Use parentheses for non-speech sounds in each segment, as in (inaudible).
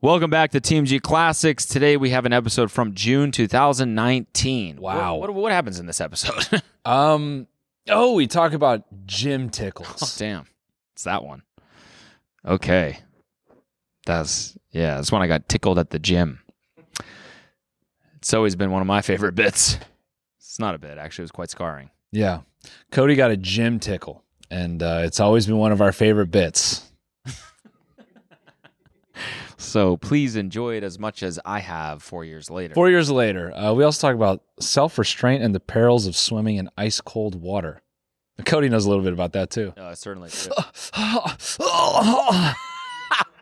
Welcome back to Team G Classics. Today we have an episode from June 2019. Wow. What, what, what happens in this episode? (laughs) Um. Oh, we talk about gym (laughs) tickles. Oh, Damn. It's that one. Okay. That's, yeah, that's when I got tickled at the gym. It's always been one of my favorite bits. It's not a bit, actually, it was quite scarring. yeah. Cody got a gym tickle, and uh, it's always been one of our favorite bits. So please enjoy it as much as I have four years later. Four years later, uh, we also talk about self restraint and the perils of swimming in ice cold water. Cody knows a little bit about that too. Uh, (laughs) certainly.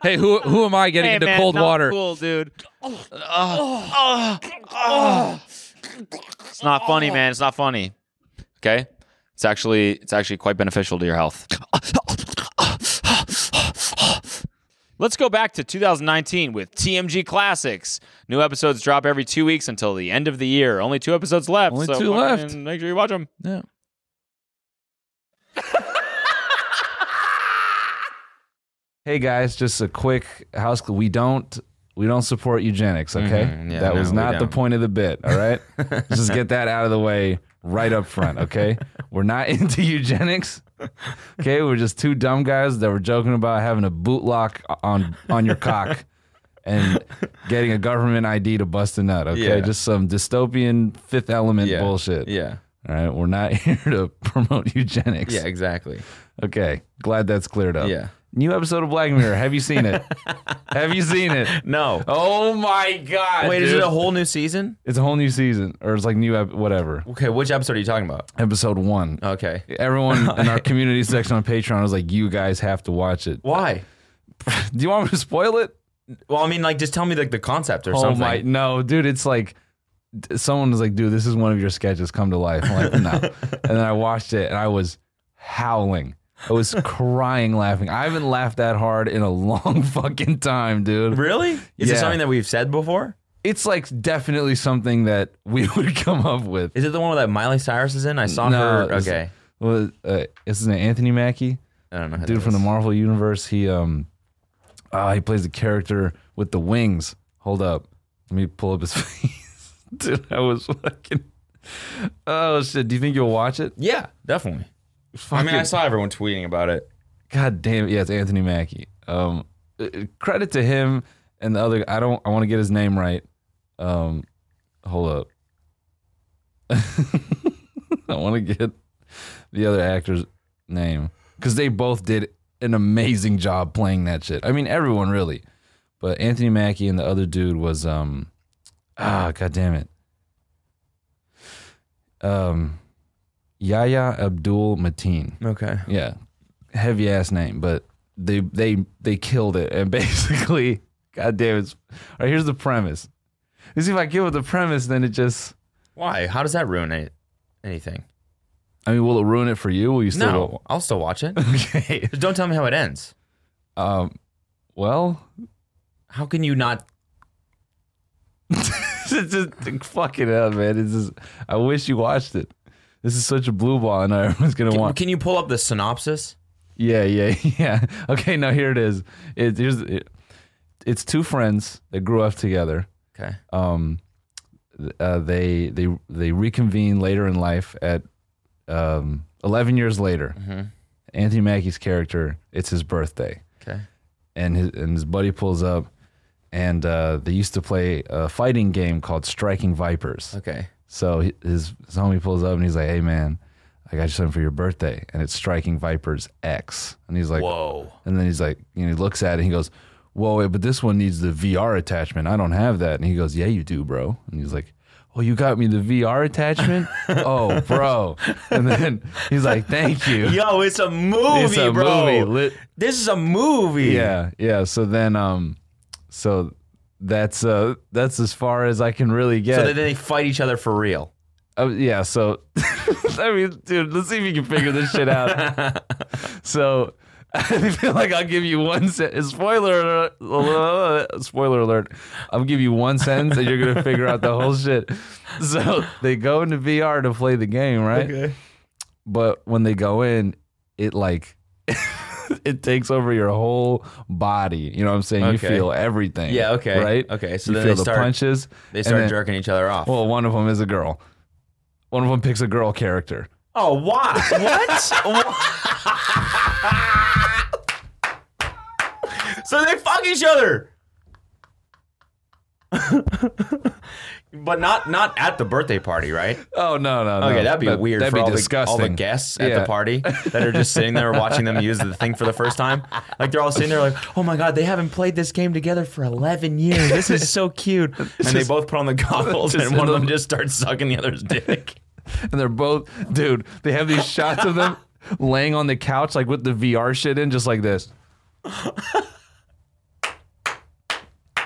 hey, who who am I getting into cold water? Oh. Cool, dude. It's not funny, man. It's not funny. Okay? It's actually it's actually quite beneficial to your health. Oh. Let's go back to 2019 with TMG Classics. New episodes drop every 2 weeks until the end of the year. Only 2 episodes left. Only so fucking two left. Make sure you watch them. Yeah. Hey guys, just a quick house. We don't we don't support eugenics. Okay, Mhm, yeah, that no, was we not the don't. point of the bit. All right, (laughs) Let's just get that out of the way right up front. (laughs) Okay, we're not (laughs) into eugenics. Okay, we're just two dumb guys that were joking about having a bootlock on on your cock and getting a government ID to bust a nut. Okay, Yeah. just some dystopian Fifth Element Yeah. bullshit. Yeah. All right, we're not (laughs) here to promote eugenics. Yeah, exactly. Okay, glad that's cleared up. Yeah. New episode of Black Mirror. Have you seen (laughs) it? Have you seen it? No. Oh my god! Wait, is dude. it a whole new season? It's a whole new season, or it's like new ep- whatever. Okay, which episode are you talking about? Episode one. Okay. Everyone (laughs) in our community section on Patreon was like, "You guys have to watch it." Why? Do you want me to spoil it? Well, I mean, like, just tell me like the concept or Oh something. my! No, dude, it's like d- someone was like, "Dude, this is one of your sketches come to life." I'm like, (laughs) no. and then I watched it, and I was howling. I was crying, laughing. I haven't laughed that hard in a (laughs) long fucking time, dude. Really? Is Yeah. it something that we've said before? it's like definitely something that we (laughs) would come up with. Is it the one that Miley Cyrus is in? I saw her. it's- Okay. Well, uh, is his name Anthony Mackie? I don't know. who Dude that from the is. Marvel universe. He um, uh, he plays the character with the wings. Hold up, let me pull up his (laughs) face. Dude, I was fucking. Oh shit! Do you think you'll watch it? Yeah, definitely. I Fucking, mean, I saw everyone tweeting about it. God damn it! Yeah, it's Anthony Mackie. Um, uh, uh, credit to him and the other. I don't. I want to get his name right. Um, hold up. (laughs) I want to get the other actor's name because they both did an amazing job playing that shit. I mean, everyone really, but Anthony Mackie and the other dude was um, ah, god damn it, um, Yahya Abdul Mateen. Okay. Yeah, heavy ass name, but they they they killed it. And (laughs) basically, God damn it! All right, here's the premise. You see, if I give it the premise, then it just. Why? How does that ruin it? Anything? I mean, will it ruin it for you? Will you still? No, I'll still watch (laughs) it. Okay. Just don't tell me how it ends. Um. Well, (laughs) How can you not? it's just fucking hell, man. It's just. I wish you watched it. This is such a blue ball, and (laughs) everyone's gonna want. Can you pull up the synopsis? Yeah, yeah, (laughs) yeah. Okay, now here it is. It, here's. It, it's two friends that grew up together. Okay. um, th- uh, they they they reconvene later in life at um, 11 years later. Mm-hmm. Anthony Mackie's character, it's his birthday, Okay. and his and his buddy pulls up, and uh, they used to play a fighting game called Striking Vipers. Okay. So hi- his, his homie pulls up and he's like, "Hey man, I got you something for your birthday," and it's Striking Vipers X, and he's like, Whoa. and then he's like, you know, he looks at it and he goes, Whoa, wait, but this one needs the VR attachment. I don't have that. And he goes, Yeah, you do, bro. And he's like, Oh, you got me the VR (laughs) attachment? oh, bro. And then he's like, Thank you. Yo, it's a (laughs) movie, It's a bro. movie. Lit- This is a movie. yeah, yeah. So then um so that's uh that's as far as I can really get. So that they fight each other for real. Uh, yeah, so (laughs) I mean, dude, let's see if you can figure this shit out. (laughs) so (laughs) I feel like I'll give you one sentence. Spoiler alert! (laughs) Spoiler alert! I'll give you one sentence, and you're gonna figure out the whole shit. So they go into VR to play the game, right? But when they go in, it like (laughs) it takes over your whole body. You know what I'm saying? You Okay. feel everything. Yeah, okay. Right? Okay, so you then feel they the start- punches. They and start then- jerking each other off. Well, one of them is a girl. One of them picks a girl character. oh, why? (laughs) What? (laughs) so they fuck each other. but not not at the birthday party, right? Oh no no no! Okay, that'd be That- weird That'd for be all, disgusting. The, all the guests at Yeah. the party that are just sitting there watching them use the thing for the first time. Like they're all sitting there like, oh my god, they haven't played this game together for eleven years. This is (laughs) so cute. And they both put on the goggles and one of them just starts sucking the other's dick. and they're both dude. They have these shots of them laying on the couch like with the VR shit in, just like this.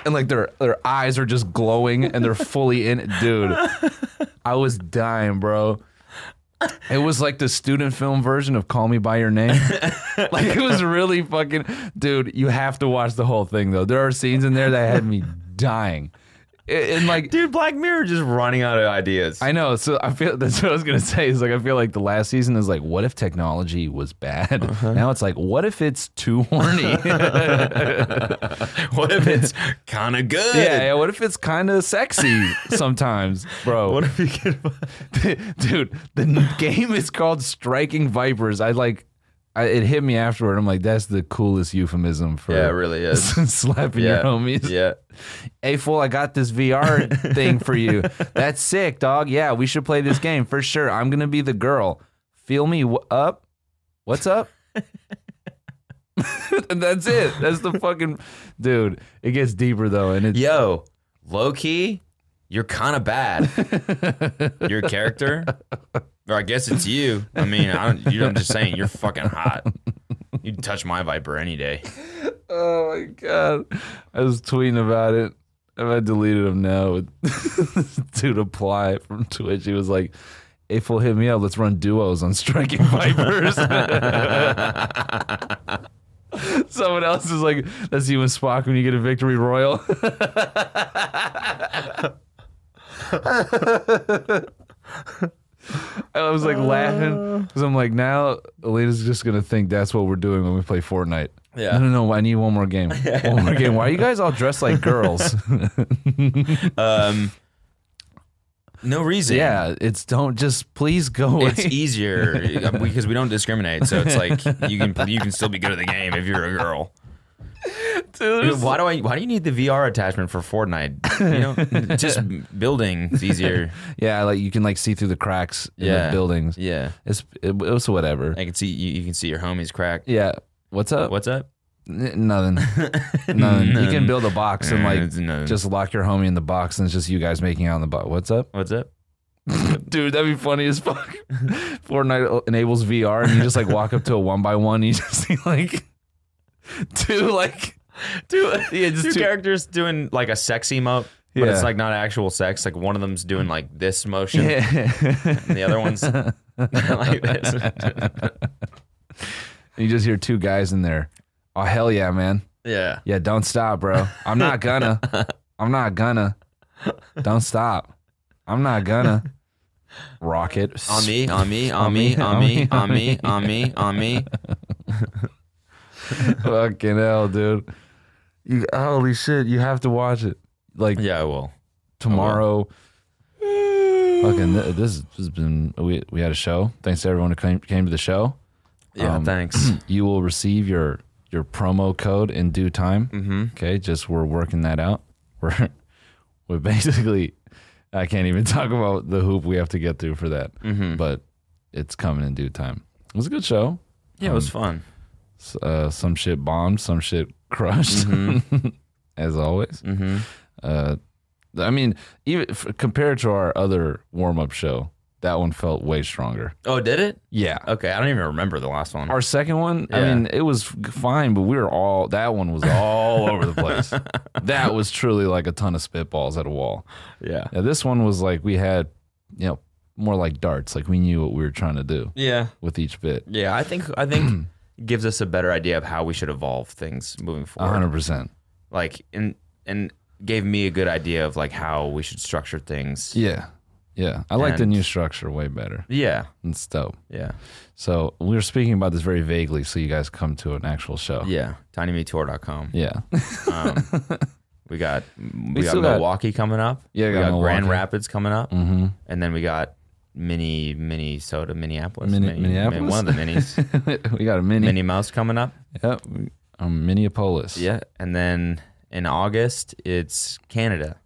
And like their their eyes are just glowing and they're fully in it. Dude, I was dying, bro. It was like the student film version of Call Me by Your Name. (laughs) like it was really fucking dude, you have to watch the whole thing though. There are scenes in there that had me dying. And- And like Dude, Black Mirror just running out of ideas. I know. So I feel (laughs) that's what I was gonna say. Is like I feel like the last season is like, what if technology was bad? Uh-huh. Now it's like, what if it's (laughs) too horny? (laughs) yeah, (laughs) what if it's kinda good? yeah. What if it's kind of (laughs) sexy sometimes, bro? What if you can (laughs) Dude, the n- game is called Striking Vipers. I like. I, it hit me afterward. I'm like, that's the coolest euphemism for (laughs) Yeah, it really is. (laughs) slapping Yeah. your homies. Yeah. Hey fool, I got this VR thing for you. That's sick, dog. Yeah, we should play this game for sure. I'm gonna be the girl. Feel me w- up? What's up? (laughs) and that's it. That's the fucking dude. It gets deeper though, and it's Yo, low key, you're (laughs) kinda bad. Your character? Or I guess it's you. I mean, I don't, you, I'm just saying, you're fucking hot. You'd touch my Viper any day. oh my god. I was tweeting about it. And I deleted him now. (laughs) dude, apply from Twitch. He was like, "Hey fool, hit me up. Let's run duos on (laughs) striking vipers." Someone else is like, that's you and Spock when you get a victory royal. (laughs) I was like laughing Oh. because I'm like, now Alita's just gonna think that's what we're doing when we play Fortnite. Yeah. No, no, no. I need one more (laughs) game. One more game. Why are you guys all dressed like girls? Um, no reason. yeah. It's don't just please go. Away. It's easier (laughs) because we don't discriminate. So it's like you can you can still be good at the game if you're a girl. Dude, why do I? Why do you need the VR attachment for Fortnite? You (laughs) know, just building is easier. yeah. Like you can like see through the cracks in Yeah. the buildings. Yeah, It's it, it was whatever. I can see you. You can see your homies crack. yeah. What's up? What's up? N- nothing. nothing. You can build a box and like It's nothing. just lock your homie in the box and it's just you guys making out in the box. What's up? (laughs) what's up? Dude, that'd be funny as fuck. Fortnite enables VR and you just like walk up to a one by one and you just see like two like Two, Yeah, just two two- characters doing like a sex emote, but Yeah. it's like not actual sex. Like one of them's doing like this motion, Yeah. and the other one's like this. (laughs) (laughs) you just hear two guys in there. Oh hell yeah, man. yeah. Yeah, don't stop, bro. I'm not (laughs) gonna. I'm not gonna. Don't stop. I'm not gonna. Rocket. (laughs) On me, on me, on me, (laughs) on me, on me, on me, on me. Fucking hell, dude. You, holy shit, you have to watch it. Like Yeah, I will. tomorrow. Fucking thi- this has been we we had a show. Thanks to everyone who came, came to the show. Yeah, Um, (clears throat) thanks. You will receive your your promo code in due time. Mm-hmm. Okay, just we're working that out. (laughs) We're we're basically I can't even (laughs) talk about the hoop we have to get through for that, but it's coming in due time. It was a good show. Yeah, it was um, fun. S- Uh, some shit bombed, some shit crushed, (laughs) as always. Mm-hmm. Uh, I mean, even f- compared to our other warm up show, that one felt way stronger. Oh, did it? Yeah. Okay, I don't even remember the last one. Our second one, I Yeah. mean, it was f- fine, but we were all that one was all over the (laughs) place. That was truly like a ton of spitballs at a wall. Yeah. Now, this one was like we had, you know, more like darts. Like we knew what we were trying to do Yeah. with each bit. Yeah, I think I (clears throat) think gives us a better idea of how we should evolve things moving A forward. hundred percent. Like and and gave me a good idea of like how we should structure things Yeah. Yeah, I like the And- new structure way better. Yeah. It's dope. Yeah. So we were speaking about this very vaguely, so you guys come to an actual show. Yeah. TinyMeTour.com. yeah. (laughs) Um, we got we, got still got- Milwaukee coming up. Yeah, we got got, Grand Milwaukee. Rapids coming up, Mm-hmm. and then we got mini Minnesota, Minneapolis, Mini- mini, Minneapolis? one of the (laughs) minis, we got a mini. Minnie Mouse coming up. Yep. Um, Minneapolis. Yeah, and then in August it's Canada.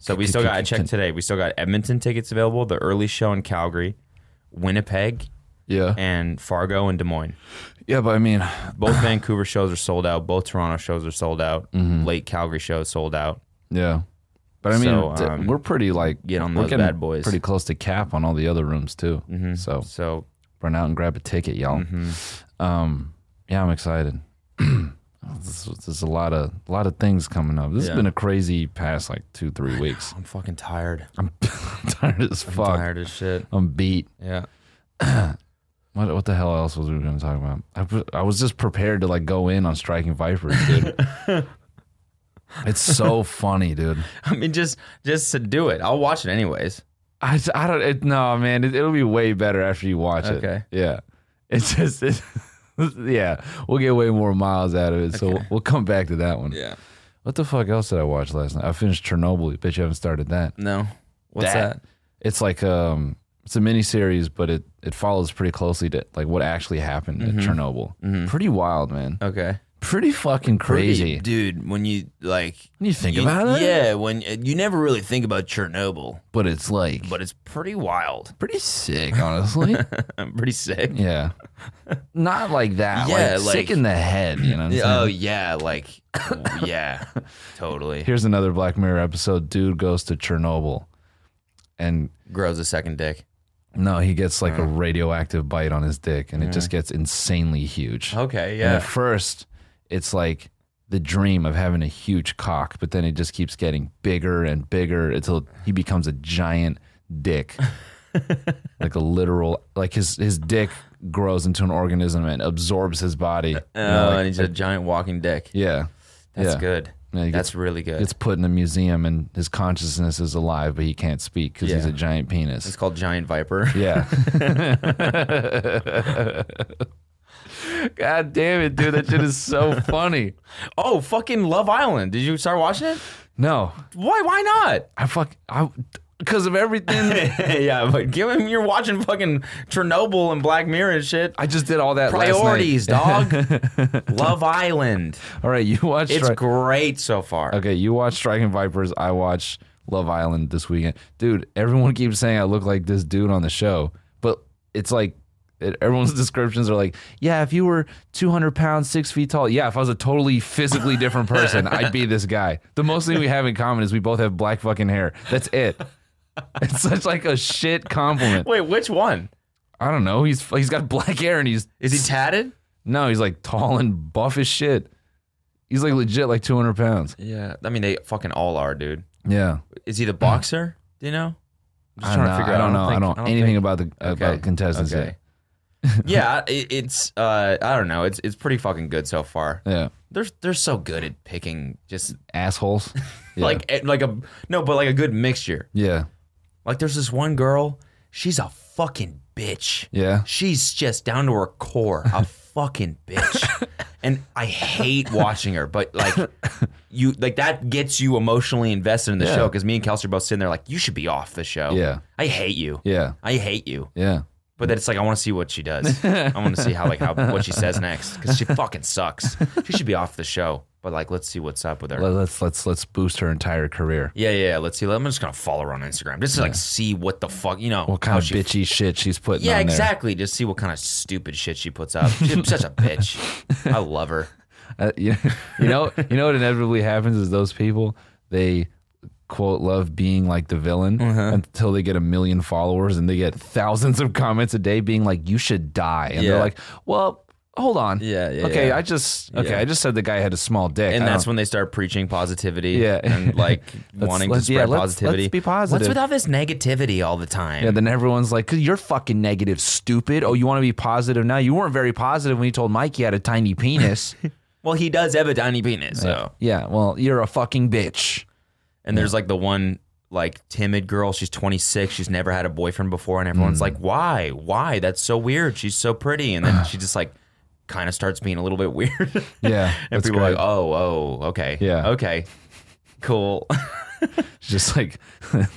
So we still got. I checked today. We still got Edmonton tickets available. The early show in Calgary, Winnipeg, Yeah. and Fargo and Des Moines. Yeah, but I mean, (sighs) Both Vancouver shows are sold out. Both Toronto shows are sold out. Mm-hmm. Late Calgary shows sold out. yeah. But I mean, So, th- um, we're pretty like Get on we're those getting bad boys. Mm-hmm. Pretty close to cap on all the other rooms too. So so run out and grab a ticket, y'all. Mm-hmm. Um, yeah, I'm excited. (clears throat) this, there's a lot of a lot of things coming up. This Yeah. has been a crazy past like two three (laughs) weeks. I'm fucking tired. I'm, I'm tired as fuck. I'm, Tired as shit. beat. (laughs) Yeah. What what the hell else was we going to talk about? I put- I was just prepared to like go in on striking vipers, dude. (laughs) it's so funny, dude. I mean, just just to do it. I'll watch it anyways. I, I don't it, no man it, it'll be way better after you watch it Okay. yeah it's just (laughs) it, yeah we'll get way more miles out of it so we'll, we'll come back to that one Yeah. what the fuck else did I watch last night I finished Chernobyl bet you haven't started that No. What's That- that? it's like um it's a mini series but it it follows pretty closely to like what actually happened Mm-hmm. at Chernobyl pretty wild man Okay. pretty fucking crazy dude. When you like, When you think about it Yeah. When you never really think about Chernobyl, but it's like but it's pretty wild. (laughs) pretty sick honestly I'm pretty sick. Yeah. Not like that. Yeah, like, sick like- in the head, you know what I'm Oh saying? yeah, like yeah, (laughs) totally. Here's another Black Mirror episode. Dude goes to Chernobyl and Grows a second dick. no, he gets like a radioactive bite on his dick and it just gets insanely huge. Okay, And at first, it's like the dream of having a huge cock, but then it just keeps getting bigger and bigger until he becomes a giant (laughs) dick. like a literal like his his dick grows into an organism and absorbs his body. (laughs) You Oh, know, like- and he's a giant walking dick. yeah. That's yeah. good. Yeah, he That's really good. gets put in a museum and his consciousness is alive, but he can't speak because he's Yeah. a giant penis. it's called Giant Viper. Yeah. (laughs) God damn it, dude. That shit is so funny. (laughs) Oh, fucking Love Island. Did you start watching it? (laughs) No, Why? Why (laughs) not? I fuck. I, because of everything. yeah, but give him. You're watching fucking Chernobyl and Black Mirror and shit. I just did all that last night. Priorities, dog. (laughs) Love Island. All right, you watched. It's great so far. okay, you watched Striking Vipers. I watched Love Island this weekend. Dude, everyone keeps saying I look like this dude on the show, but it's like it, everyone's (laughs) descriptions are like, yeah, if you were 200 pounds, six feet tall, yeah, if I was a totally physically different person, I'd be this guy. The most thing we have in common is we both have black fucking hair. That's it. It's such like a shit compliment. Wait, which one? I don't know. He's he's got black hair and he's Is he tatted? no, he's like tall and buff as shit. He's like legit like 200 pounds. Yeah. I mean, they fucking all are, dude. Yeah. Is he Hmm. the boxer? Do you know? I'm I don't know. I don't know. I don't, anything about the Okay. about contestants Okay. yeah, it, it's uh, I don't know. It's it's pretty fucking good so far. yet. Yeah, They're they're so good at picking just (laughs) assholes. Yeah. like eh, like a no, but like a good mixture. yeah, Like there's this one girl, she's a fucking bitch. yeah. She's just down to her core, (laughs) a fucking bitch. And I hate watching her, but like you like that gets you emotionally invested in the Yeah. show because me and Kelsey are both sitting there like, you should be off the show. Yeah. I hate you. Yeah, I hate you. yeah, But then it's like I want to see what she does. I want to see how like how what she says next because she fucking sucks. She should be off the show. But like, let's see what's up with her. Let- Let's let's let's boost her entire career. yeah, yeah. yeah, Let's see. I'm just gonna follow her on Instagram just to like see what the fuck you know. What kind how of Oh, she- bitchy shit she's putting? Yeah, on exactly. Just see what kind of stupid shit she puts up. She's such a bitch. I love her. There. Uh, you, you know, (laughs) you know what inevitably happens is those people they quote love being like the villain Uh-huh. until they get a million followers and they get thousands of comments a day being like, "You should die," and they're Yeah. like, "Well." Hold on. Yeah, yeah, Okay, yeah. I just okay. Yeah. I just said the guy had a small dick, And I that's don't- when they start preaching positivity. Oh. Yeah. and like (laughs) Let's- wanting let's- to spread yeah, let's- positivity. let's be positive. What's with all this negativity all the time? Yeah, then everyone's like, "Cause you're fucking negative, stupid. Oh, you want to be positive now? You weren't very positive when you told Mike he had a tiny penis. (laughs) well, he does have a tiny penis, so. yeah, well, you're a fucking bitch. And there's like the one like timid girl. She's 26. She's never had a boyfriend before, and Hmm. everyone's like, "Why? Why? That's so weird. She's so pretty." (sighs) And then she just like kind of starts being a little bit (laughs) weird. Yeah, and that's people are great. like, "Oh, oh, okay, Yeah. okay, cool." (laughs) She just like (laughs) she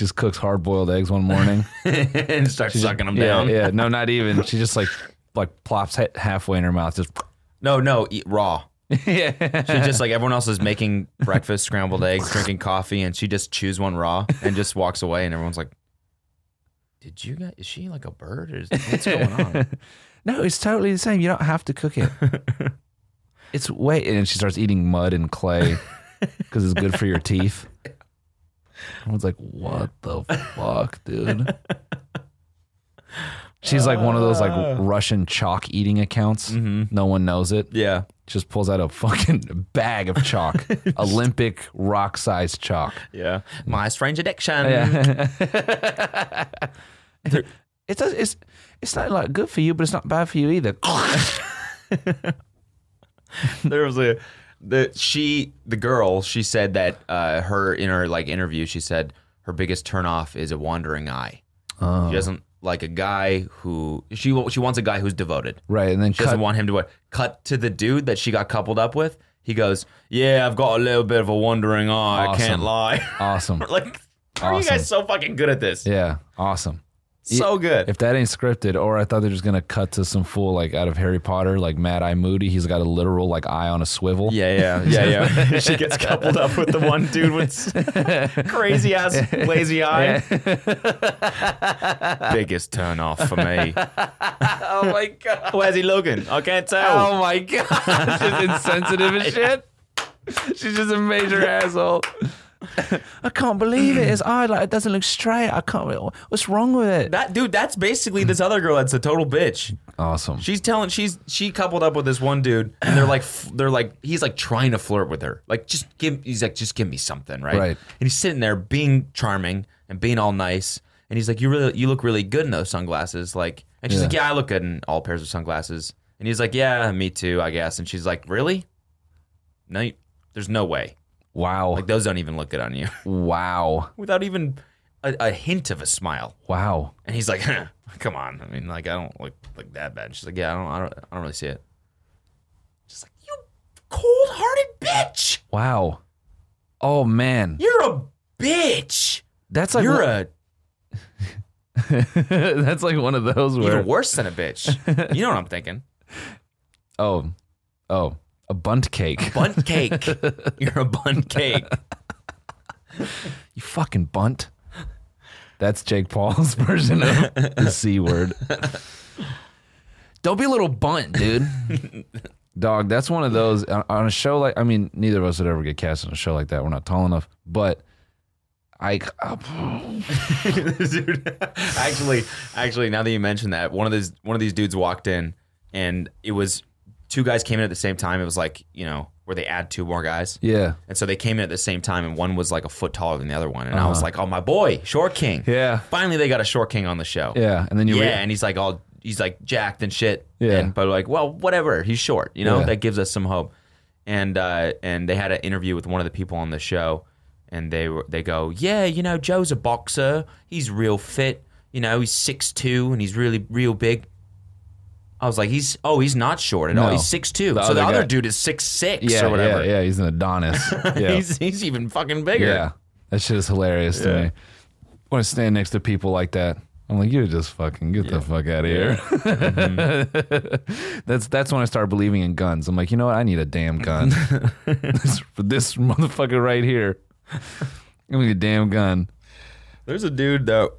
just cooks hard boiled eggs one morning. and starts sucking them (laughs) yeah, down. yeah. No, not even. She just like like plops ha- halfway in her mouth. Just (laughs) No, no, eat raw. yeah. She just like everyone else is making breakfast, scrambled eggs, drinking coffee, and she just chews one raw and just walks away, and everyone's like, "Did you guys? Is she like a bird? Or is, what's going (laughs) on?" no, it's totally the same. You don't have to cook (laughs) it. it's way and she starts eating mud and (laughs) clay because it's good for your teeth. Everyone's like, "What the fuck, dude." She's like one of those like Russian chalk eating accounts. No one knows it. Uh. Mm-hmm. Yeah. just pulls out a fucking bag of (laughs) chalk, Olympic rock sized chalk. Yeah. My strange addiction. It's it's it's not like good for you, but it's not bad for you (laughs) either. (laughs) there was a the she the girl she said that uh, her in her like interview she said her biggest turnoff is a wandering eye. Oh. She doesn't like a guy who she she wants a guy who's devoted. right, and then She doesn't cut, want him to what? Cut to the dude that she got coupled up with. He goes, "Yeah, I've got a little bit of a wandering eye. I Awesome. can't lie." (laughs) awesome. like, how are you Awesome. guys so fucking good at this? Yeah, awesome. So good. If that ain't scripted, or I thought they're just gonna cut to some fool like out of Harry Potter, like Mad Eye Moody. He's got a literal like eye on a swivel. yeah, yeah, yeah, yeah. (laughs) she gets coupled up with the one dude (laughs) with crazy ass lazy eye. (laughs) Biggest turn off for me. Oh my god. (laughs) Where's he looking? I can't tell. Oh my (laughs) god. She's insensitive as shit. She's just a major asshole. (laughs) I can't believe it. His eye like it doesn't look straight. I can't. What's wrong with it? That dude, that's basically this other girl that's a total bitch. Awesome. She's telling she's she coupled up with this one dude, and they're like f- they're like he's like trying to flirt with her, like just give he's like just give me something, right? Right. And he's sitting there being charming and being all nice, and he's like, you really you look really good in those sunglasses, like, and she's like, yeah, I look good in all pairs of sunglasses, and he's like, yeah, me too, I guess, and she's like, really? No, you- there's no way, Wow. like those don't even look good on you, (laughs) wow. without even a, a hint of a smile. Wow. And he's like, huh, "Come on, I mean, like, I don't look like that bad." And she's like, "Yeah, I don't, I don't, I don't really see it." Just like you, cold-hearted bitch. Wow. Oh man. You're a bitch. That's like You're a (laughs) That's like one of those where even worse than a bitch. you know what I'm thinking? oh, oh, a bunt cake. Bun (laughs) cake. You're a bun cake. You fucking bunt. That's Jake Paul's (laughs) version of the c word. Don't be a little bunt, dude. Dog, that's one of those on on a show like I mean, neither of us would ever get cast on a show like that. We're not tall enough, but I oh, Dude, actually, actually, now that you mention that, one of these one of these dudes walked in, and it was two guys came in at the same time. It was like you know where they add two more guys. yeah, And so they came in at the same time, and one was like a foot taller than the other one. And I was like, "Oh, my boy, Short King!" Uh-huh. Yeah. Finally, they got a Short King on the show. yeah, and then you yeah. re- and he's like, all he's like jacked and shit. Yeah. And, but like, well, whatever. He's short, you know. Yeah. That gives us some hope. And uh, and they had an interview with one of the people on the show, and they were they go, "Yeah, you know, Joe's a boxer. He's real fit. You know, he's six two and he's really real big." I was like, "He's oh, he's not short at all. No. He's six two. so other the other guy- dude is six six yeah, or whatever." yeah, yeah, he's an (laughs) Adonis. Yeah. He's, he's even fucking bigger. Yeah. That shit is hilarious to me. want to stand next to people like that. I'm like, you're just fucking get the fuck out of here. (laughs) that's that's when I start believing in guns. I'm like, you know what? I need a damn (laughs) gun. (laughs) this, this motherfucker right here. Give me a damn gun. There's a dude though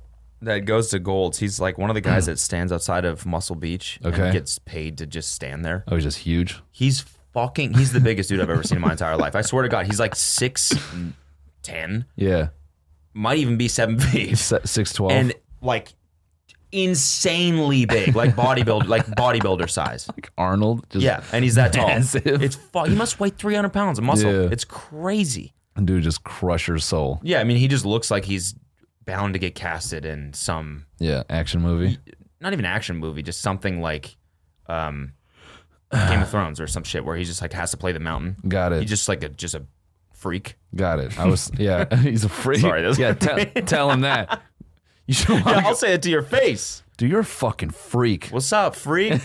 that goes to Golds. He's like one of (clears throat) the guys that stands outside of Muscle Beach Okay. and gets paid to just stand there. I was Oh, just huge. He's fucking. He's the biggest dude I've ever seen in my entire life. I swear to God, he's like six ten, Yeah, might even be seven feet, six twelve. and like insanely big, like bodybuilder, like bodybuilder size. Arnold. Just, Yeah, and he's that tall. Massive. It's fu- he must weigh 300 pounds of muscle. Yeah. It's crazy. dude, just crush your soul. Yeah, I mean, he just looks like he's bound to get casted in some Yeah, action movie. not even action movie, just something like (sighs) um, Game of Thrones or some shit where he just like has to play the mountain. Got He it. just like a just a freak. Got it. I was (laughs) yeah. He's a freak. Sorry, that's- yeah. Tell, tell him that. (laughs) You should Yeah, want I'll say it to your face. do. You're a fucking freak. (laughs) What's up, freak?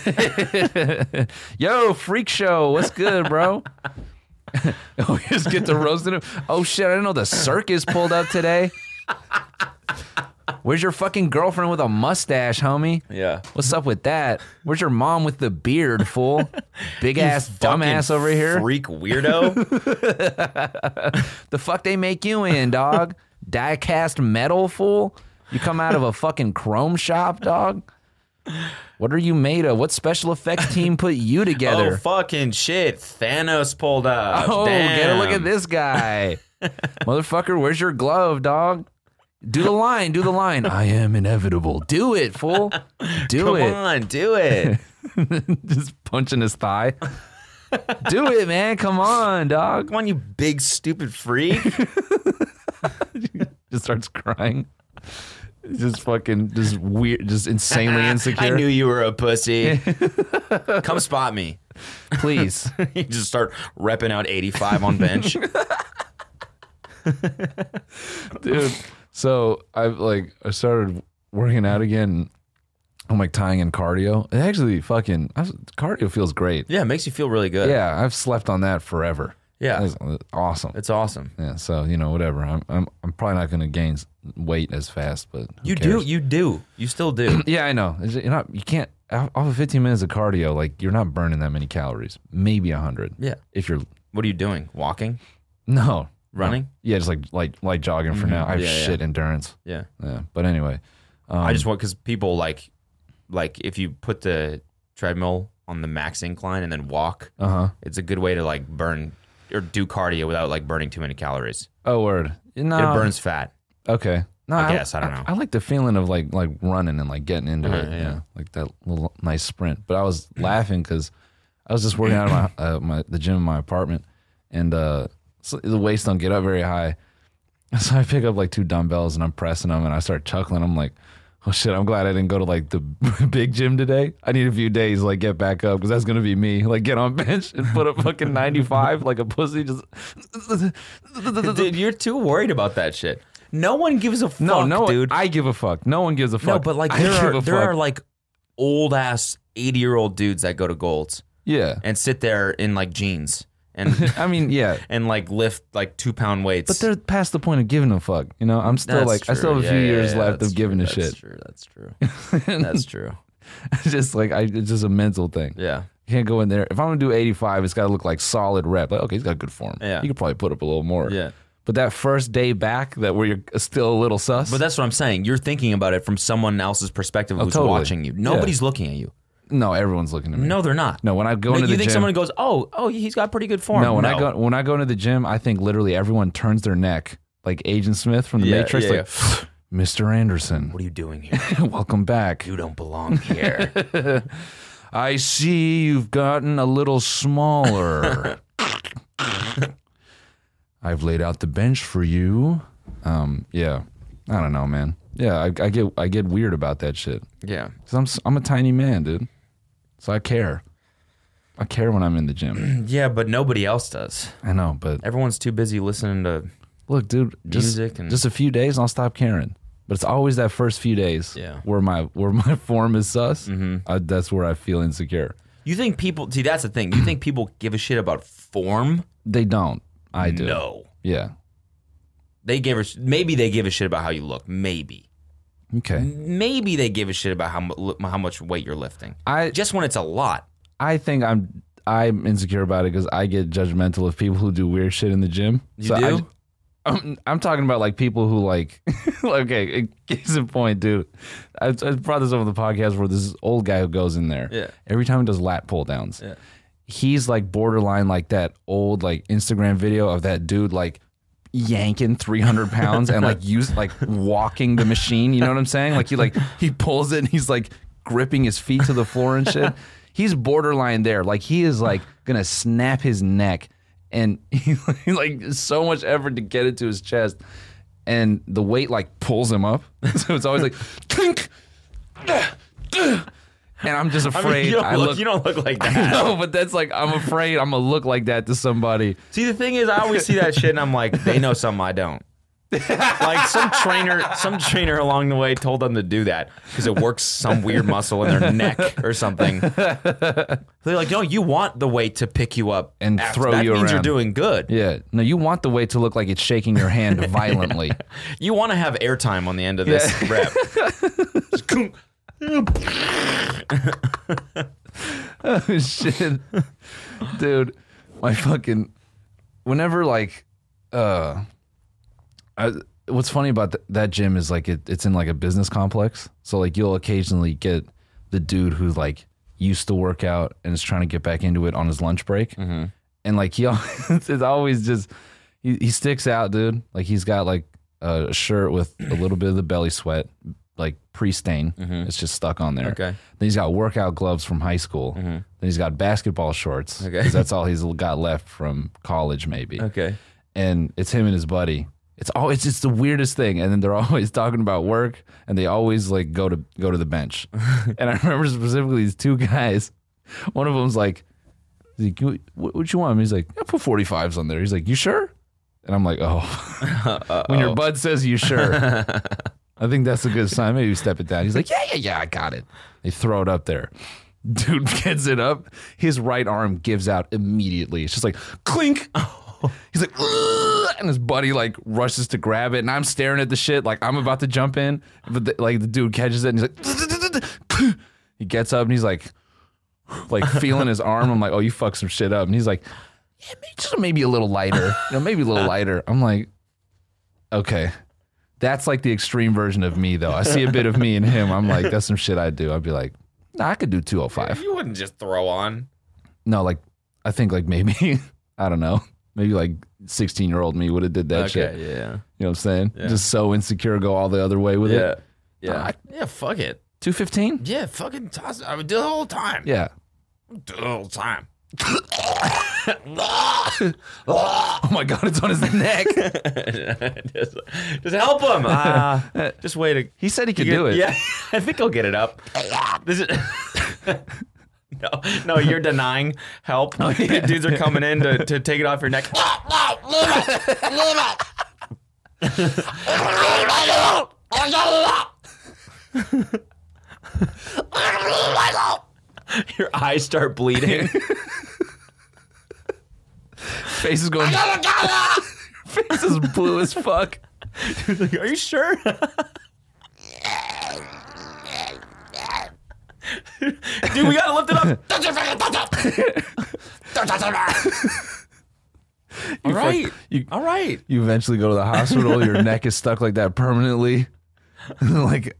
Yo, freak show. What's good, bro? (laughs) Oh, we just get to roasting him. Oh shit! I didn't know the circus pulled up today. Where's your fucking girlfriend with a mustache, homie? yeah. What's up with that? Where's your mom with the beard, fool? Big ass dumbass Fucking over here. Freak (laughs) weirdo. The fuck they make you in, (laughs) dog? Die cast metal, fool? You come out of a fucking chrome shop, dog? What are you made of? What special effects team put you (laughs) oh, together? Oh, fucking shit. Thanos pulled up. get a look Damn. at this (laughs) guy. Motherfucker, where's your glove, dog? Do the line, do the line. I am inevitable. Do it, (laughs) fool. Do Come it. on, (laughs) do it. Just punching his thigh. do it, man. Come on, dog. Come on, you big (laughs) stupid freak. Just starts crying. Just fucking, just weird, just insanely insecure. (laughs) I knew you were (laughs) a pussy. Come spot me. (laughs) (laughs) please. You just start repping out 85 on bench. (laughs) dude. So I've like I started working out again. and I'm like tying in cardio. It actually fucking I was- cardio feels great. yeah, it makes you feel really good. Yeah, I've slept on that forever. Yeah. That's awesome. It's awesome. Yeah, so you know whatever. I'm I'm, I'm probably not going to gain s- weight as fast, but who You cares? do. You do. You still (clears throat) do. Yeah, I know. It's- You're not. You can't. Off off of 15 minutes of cardio, like you're not burning that many calories. Maybe 100 yeah. if you're What are you doing? Walking? no. Running? Mm-hmm. Yeah, just like like like jogging for now. I have Yeah, yeah. shit endurance. Yeah. Yeah, but anyway, I Um, just want because people like, like if you put the treadmill on the max incline and then walk, uh huh. it's a good way to like burn or do cardio without like burning too many calories. Oh word. No. It burns fat. Okay. No, I guess. I don't know. I like the feeling of like like running and like getting into Uh-huh, it, yeah. yeah. like that little nice sprint. But I was (clears throat) laughing because I was just working out of my, uh, my the gym in my apartment, and uh, so the weights don't get up very high, (laughs) so I pick up like two dumbbells and I'm pressing them, and I start chuckling. I'm like, oh shit, I'm glad I didn't go to like the (laughs) big gym today. I need a few days to, like get back up because that's gonna be me. Like get on bench and put up fucking 95 like a pussy. Just (laughs) dude, you're too worried about that shit. No one gives a fuck, no, no, one- dude. I give a fuck. No one gives a fuck. no, (laughs) but like I there give are a there fuck. are like old ass eighty year old dudes that go to Golds yeah. and sit there in like jeans and (laughs) I mean, yeah. (laughs) and like lift like two pound weights. But they're past the point of giving a fuck. You know, I'm still That's like, I still have a true. few Yeah, yeah, years yeah, left that's of giving true. a shit. That's true. (laughs) That's true. that's true. just like, I, it's just a mental thing. Yeah. You can't go in there. If I'm gonna do 85, it's gotta look like solid rep. Like, okay, he's got good form. Yeah. You could probably put up a little more. Yeah. But that first day back, that where you're still a little sus. But that's what I'm saying. You're thinking about it from someone else's perspective who's Oh, totally. watching you. Nobody's looking at you. no, everyone's looking at me. No, they're not. No, when I go Like, into you the think gym. someone goes, "Oh, oh, he's got pretty good form." no, when I go when I go into the gym, I think literally everyone turns their neck, like Agent Smith from the Yeah, Matrix, yeah, like Mr. Anderson, What are you doing here? (laughs) (laughs) welcome back. you don't (laughs) belong here. I see you've gotten a little (laughs) smaller. I've laid out the bench for you. Um, yeah, I don't know, man. Yeah, I, I get I get weird about that shit yeah. because I'm s- I'm a tiny man, dude. So I care. I care when I'm in the gym. (clears throat) Yeah, but nobody else does. I know, but Everyone's too busy listening to look, dude, just music and just a few days and I'll stop caring. But it's always that first few days Yeah. Mm-hmm. where my where my (laughs) form is sus. I, that's where I feel insecure. You think people see that's the thing. You think people give a shit about form? They don't. I do. No. Yeah. They give a sh- maybe they give a shit about how you look. Maybe. Okay. Mm-hmm. Maybe they give a shit about how mu- how much weight you're lifting. I Just when it's a lot. I think I'm I'm insecure about it because I get judgmental of people who do weird shit in the gym. You I do? j- I'm, I'm talking about like people who like (laughs) okay case in point dude I, I brought this up on the podcast where this old guy who goes in there Yeah. every time he does lat pull downs Yeah. he's like borderline like that old like Instagram video of that dude like yanking 300 pounds and (laughs) like use like walking the machine you know what i'm saying like he like he pulls it and he's like gripping his feet to the floor and (laughs) shit he's borderline there like he is like gonna snap his neck and (laughs) he like so much effort to get it to his chest and the (laughs) weight like pulls him up so it's always like clink and I'm just I mean, afraid (laughs) you, I, don't look, look. you don't look like (laughs) that. no, but that's like I'm afraid I'm gonna look like that to somebody. (laughs) See, the thing is, I always see that shit, and I'm like, they know something I don't. like some trainer, some trainer along the way told them to do that because it works some weird muscle in their neck or (laughs) something. They're like, no, you want the weight to pick you up And after. throw that you means You're around. doing good. Yeah, no, you want the weight to look like it's shaking your hand violently. You want to have airtime on the end of this rep. Oh, (laughs) shit, dude, my fucking. Whenever like, uh, I, what's funny about th- that gym is like it, it's in like a business complex, so like you'll occasionally get the dude who like used to work out and is trying to get back into it on his lunch break, Mm-hmm. and like he always, (laughs) it's always just he, he sticks out, dude. Like he's got like a shirt with a little bit of the belly sweat, like pre-stain. It's just stuck on there. Mm-hmm. Okay. Mm-hmm. Then he's got workout gloves from high school. Then he's got basketball shorts because that's all he's got left from college, maybe. (laughs) (laughs) Okay. And it's him and his buddy. It's all it's just the weirdest thing. And then they're (laughs) always talking about work, and they always like go to go to the bench. and I remember specifically these two guys. One of them's like, he's like, "You- what, what you want? And he's like, I put 45s on there. He's like, you sure? And I'm like, oh, (laughs) when your bud says you sure, I think that's a good sign. Maybe step it down. He's like, yeah, yeah, yeah, I got it. They throw it up there. Dude (laughs) gets it up. His right arm gives out immediately. It's just like clink. He's like, "Ugh," and his buddy like rushes to grab it, and I'm staring at the shit like I'm about to jump in, but the, like the dude catches it and he's like, "Duh-duh-duh-duh-duh." (laughs) he gets up and he's like, like feeling his arm. I'm like, oh, you fucked some shit up, and he's like, yeah, maybe, just maybe a little lighter, you know, maybe a little lighter. I'm like, okay. That's like the extreme version of me, though. I see a bit of me in him. I'm like, that's some shit I do. I'd be like, nah, I could do 205. You wouldn't just throw on. No, like, I think like maybe, (laughs) I don't know, maybe like 16 year old me would have did that shit. You Yeah. know what I'm saying? Just so insecure, go all the other way with it. Ah, Yeah. yeah. Fuck it. 215? Yeah. Fucking toss. it. I would do it all the time. Yeah. Do it all the time. (laughs) (laughs) Oh my God, it's on his neck. just, just help him. Uh, (laughs) just wait. A, He said he could do it. Yeah, (laughs) I think he'll get it up. This is. (laughs) No, no, you're denying help. Oh, (laughs) Dudes are coming in to, to take it off your neck. (laughs) (laughs) Your eyes start bleeding. (laughs) Face is (laughs) going. Face is (laughs) blue as fuck. Are you sure? (laughs) Dude, we gotta lift it up. All right. (laughs) You, All right. you eventually go to the hospital. (laughs) your neck is stuck like that permanently. (laughs) like,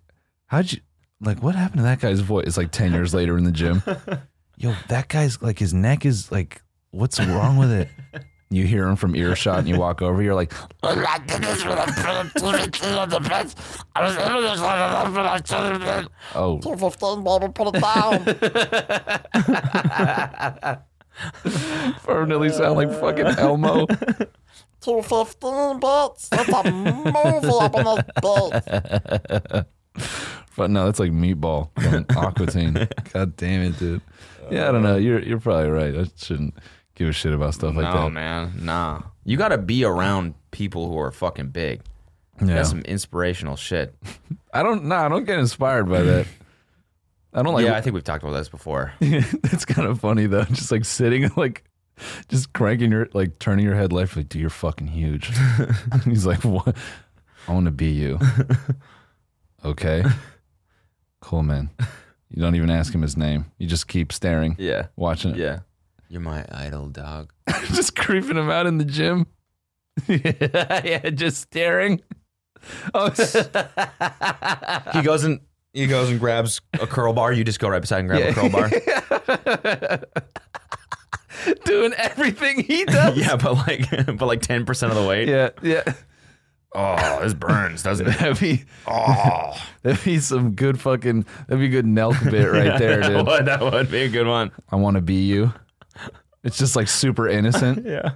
how'd you? Like, what happened to that guy's voice? It's like ten years later in the (laughs) gym. Yo, that guy's like his neck is like, what's wrong with it? You hear him from earshot, and you walk over. You're like, oh, (laughs) permanently sound like fucking Elmo. 215 bucks. That's a movie up on those bolts. But no, that's like meatball from Aquatine. God damn it, dude. Yeah, I don't know. You're you're probably right. I shouldn't give a shit about stuff like No, that. man. Nah. You gotta be around people who are fucking big. Yeah. That's some inspirational (laughs) shit. I don't no, I don't get inspired by that. I don't like yeah, I think we've talked about this before. (laughs) that's kind of funny though. Just like sitting (laughs) like just cranking your like turning your head left, like, dude, you're fucking huge. (laughs) He's like, What I wanna be (laughs) you. okay. Cool man. You don't even ask him his name. You just keep staring, (laughs) Yeah. watching it. Yeah. You're my idol dog. (laughs) just creeping him out in the gym. (laughs) yeah, just staring. (laughs) Oh, (laughs) He goes and he goes and grabs a curl bar. You just go right beside and grab a curl (laughs) bar. doing everything he does. yeah, but like (laughs) but like ten percent of the weight. yeah, yeah. Oh, this burns, doesn't (laughs) it? That'd be Oh, (laughs) that'd be some good fucking that'd be a good Nelk bit (laughs) right there, (laughs) that dude. would, that would be a good one. I want to be you. It's just like super innocent. (laughs) Yeah.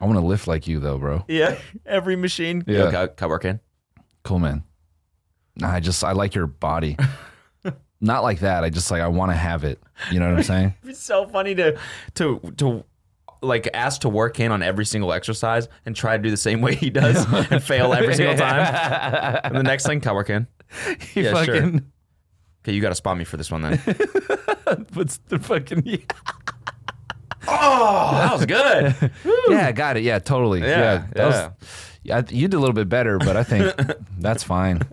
I want to lift like you though, bro. Yeah. Every machine. Yeah. Yo, cut, cut work in. (laughs) Cool man. Nah, I just I like your body. Not like that. I just like I want to have it. You (laughs) know what I'm saying? It's so funny to to to like ask to work in on every single exercise and try to do the same way he does and fail every single time. and the next thing, can I work in? yeah, sure. fucking Okay, you got to spot me for this one then. puts the (laughs) fucking yeah. oh, that was good. yeah, got it. Yeah, totally. Yeah, Yeah, that was- yeah, you did a little bit better, but I (laughs) think that's fine. (laughs)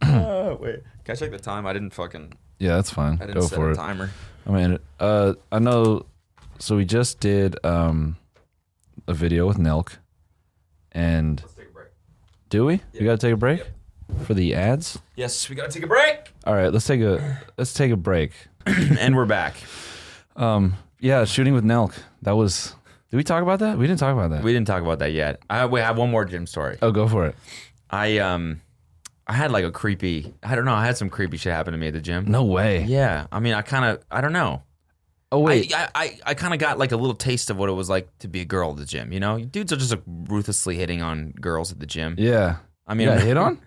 Oh wait, can I check the time? I didn't fucking. Yeah, that's fine. I didn't Go set for a it. timer. I mean, uh, I know. So we just did um, a video with Nelk, and do we? We got to take a break for the ads. Yes, we gotta take a break, All right, let's take a let's take a break. and we're back. Um, yeah, shooting with Nelk. That was. Did we talk about that? We didn't talk about that. We didn't talk about that yet. I we have one more gym story. oh, go for it. I um, I had like a creepy. I don't know. I had some creepy shit happen to me at the gym. No way. Yeah, I mean, I kind of. I don't know. Oh wait. I, I, I, I kind of got like a little taste of what it was like to be a girl at the gym. You know, dudes are just like, ruthlessly hitting on girls at the gym. yeah. I You mean, got hit (laughs) on?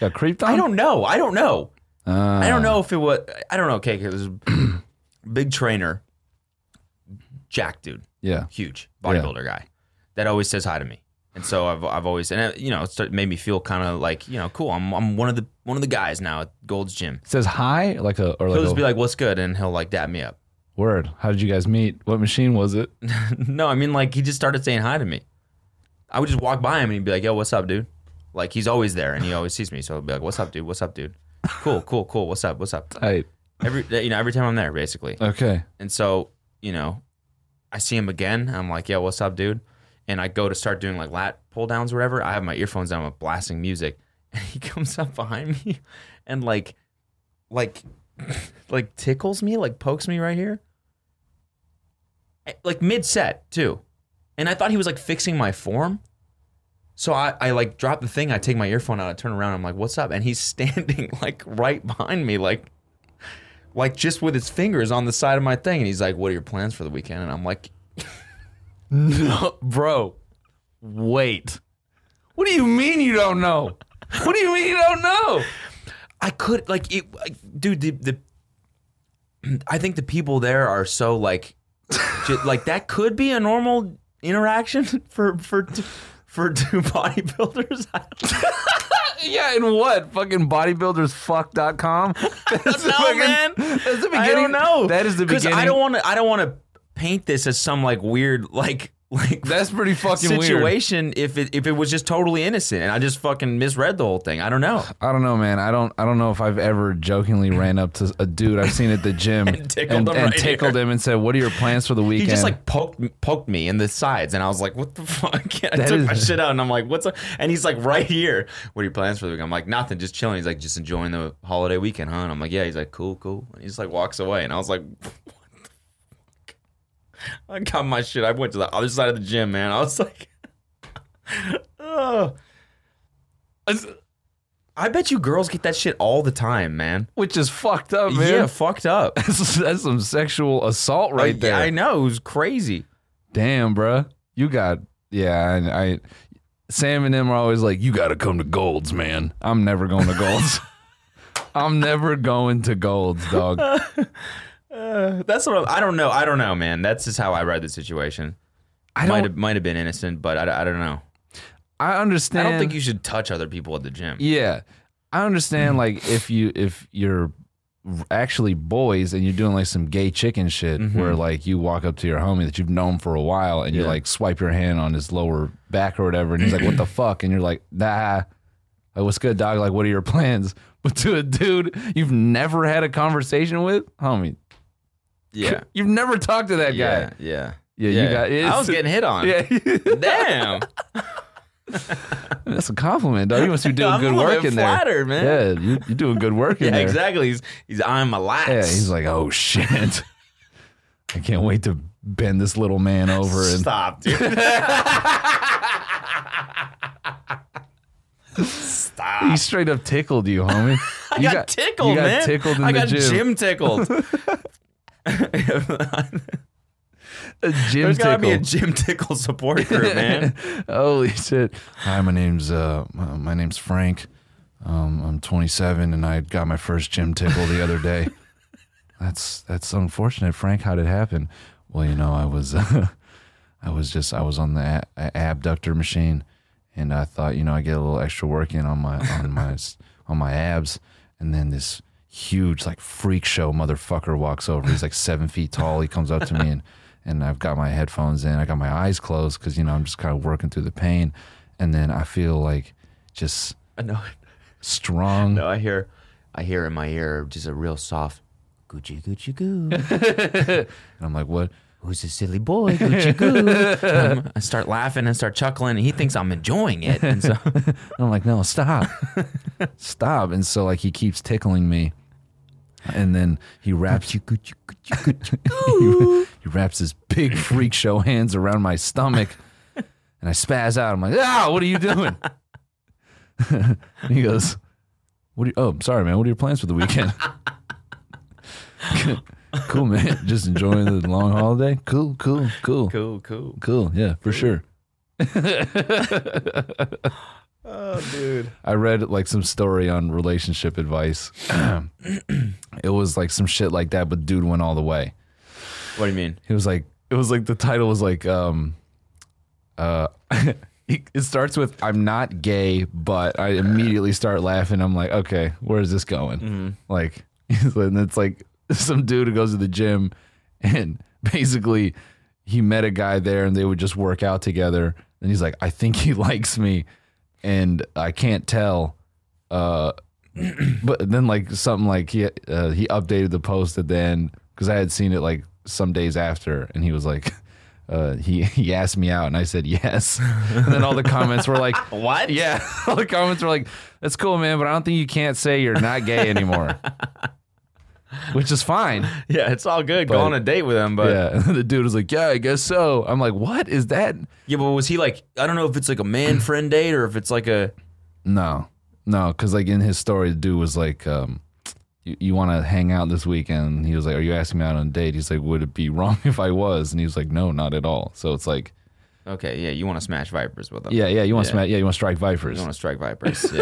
Got creeped on? I don't know. I don't know. Uh, I don't know if it was. I don't know. Okay, 'cause it was a (clears throat) big trainer, Jack dude, Yeah. huge Yeah. bodybuilder guy, that always says hi to me. And so I've, I've always and it, you know it made me feel kind of like you know cool. I'm, I'm one of the one of the guys now at Gold's Gym. It says hi, like a or He'll like a just be like, "What's good?" and he'll like dap me up. word. How did you guys meet? What machine was (laughs) it? No, I mean like he just started saying hi to me. I would just walk by him and he'd be like, "Yo, what's up, dude?" Like he's always there and he always sees me, so he'll be like, "What's up, dude? What's up, dude?" Cool, cool, cool. What's up? What's up? Tight. Every you know every time I'm there basically, Okay. and so you know, I see him again. And I'm like, "Yo, what's up, dude?" And I go to start doing like lat pull downs or whatever. I have my earphones on, I'm blasting music, (laughs) and he comes up behind me (laughs) and like, like, (laughs) like tickles me, like pokes me right here, I- like mid set too. And I thought he was like fixing my form. So I, I like drop the thing, I take my earphone out, I turn around, I'm like, what's up? And he's (laughs) standing like right behind me, like like just with his fingers on the side of my thing. And he's like, What are your plans for the weekend? And I'm like, (laughs) No, bro. Wait. What do you mean you don't know? What do you mean you don't know? I could like it like, dude, the, the I think the people there are so like ju- like that could be a normal interaction (laughs) for for t- for two (laughs) bodybuilders. I don't know. Yeah, and what? Fucking bodybuildersfuck.com? (laughs) That's No, man. That's the beginning. I don't know. That is the 'Cause beginning. I don't want to. I don't want to paint this as some like weird like (laughs) like That's pretty fucking weird. situation. If it if it was just totally innocent and I just fucking misread the whole thing. I don't know. I don't know, man. I don't. I don't know if I've ever jokingly ran up to a dude I've seen at the (laughs) gym and tickled and, him right tickled him and said, "What are your plans for the He weekend?" just like poked poked me in the sides, and I was like, "What the fuck?" (laughs) I That (laughs) took is- my shit out, and I'm like, "What's up?" And he's like, "Right here." What are your plans for the weekend? I'm like, "Nothing, just chilling." He's like, "Just enjoying the holiday weekend, huh?" And I'm like, "Yeah." He's like, "Cool, cool." And he just like walks away, and I was like, (laughs) "What the fuck?" I got my shit. I went to the other side of the gym, man. I was like, (laughs) "Oh." I bet you girls get that shit all the time, man. Which is fucked up, man. Yeah, fucked up. that's, (laughs) that's some sexual assault right Like, there. I know. It was crazy. Damn, bruh. you got yeah. And I, Sam and them are always like, "You got to come to Golds, man." I'm never going to (laughs) Golds. I'm never going to Golds, dog. That's what I'm, I don't know. I don't know, man. That's just how I read the situation. I might don't. have might have been innocent, but I, I don't know. I understand. I don't think you should touch other people at the gym. Yeah, I Mm-hmm. understand. Like if you if you're actually boys and you're doing like some gay chicken shit, where like you walk up to your homie that you've known for a while and you Mm-hmm. Yeah. like swipe your hand on his lower back or whatever, and he's like, "What the fuck?" and you're like, "Nah." Like, what's good, dog? Like, what are your plans? (laughs) But to a dude you've never had a conversation with, homie, Yeah, you've never talked to that yeah, guy. yeah. Yeah, you got it. I was getting hit (laughs) on. Yeah, (laughs) Damn, that's a compliment, dog. You must be doing (laughs) I'm good a little work bit in there. Flattered, man. Yeah, you, you're doing good (laughs) work in Yeah, there. exactly. He's he's eyeing my lats. Yeah, he's like, oh shit. (laughs) I can't wait to bend this little man over and (laughs) stop, dude. Stop. he straight up tickled you, homie. (laughs) I you got, tickled, you got man. tickled in I the got gym. (laughs) tickled. (laughs) A gym There's gotta tickle. be a gym (laughs) tickle support group, man. Holy shit! Hi, my name's uh, my my name's Frank. um, I'm 27 and I got my first gym tickle the other (laughs) day. that's that's unfortunate, Frank. How did it happen? Well, you know, I was uh, I was just I was on the a- a- abductor machine, and I thought, you know, I get a little extra work in on my on my s- on my abs, and then this huge like freak show motherfucker walks over. He's like seven feet tall. He comes up to me and and I've got my headphones in. I got my eyes closed because you know I'm just kind of working through the pain, and then I feel like just I know. strong. No, I hear, I hear in my ear just a real soft, Gucci Gucci Goo. (laughs) And I'm like, what? Who's a silly boy? Gucci Goo. Um, I start laughing and start chuckling, and he thinks I'm enjoying it. And so And I'm like, no, stop, stop. And so like he keeps tickling me, and then he wraps (laughs) he, he wraps his big freak show hands around my stomach, and I spaz out. I'm like, ah, what are you doing? (laughs) And he goes, what? Are you, oh, sorry, man. What are your plans for the weekend? (laughs) cool, man. Just enjoying the long holiday. Cool, cool, cool, cool, (laughs) cool, cool. Yeah, for sure. (laughs) Oh, dude. I read like some story on relationship advice. (clears throat) it was like some shit like that, but dude went all the way. What do you mean? It was like it was like the title was like um uh (laughs) it starts with I'm not gay, but I immediately start laughing. I'm like, okay, where is this going? Like (laughs) and it's like some dude who goes to the gym and (laughs) basically he met a guy there and they would just work out together and he's like, I think he likes me and I can't tell uh (clears throat) but then like something like he uh, he updated the post at the end because I had seen it like some days after, and he was like, (laughs) uh, he he asked me out, and I said yes, and then all the comments were like, (laughs) What? (laughs) yeah, all the comments were like, that's cool, man, but I don't think you can't say you're not gay (laughs) anymore, which is fine. Yeah, it's all good. Go But- on a date with him, but yeah. yeah, (laughs) the dude was like, yeah, I guess so. I'm like, what is that? but was he like? I don't know if it's like a man friend date or if it's like a. No, no, because like in his story, the dude was like, um, "You, you want to hang out this weekend?" He was like, "Are you asking me out on a date?" He's like, "Would it be wrong if I was?" And he was like, "No, not at all." So it's like, Okay, yeah, you want to smash vipers with him. yeah, yeah, you want Yeah. to smack, yeah, you want to strike You vipers. want to strike vipers.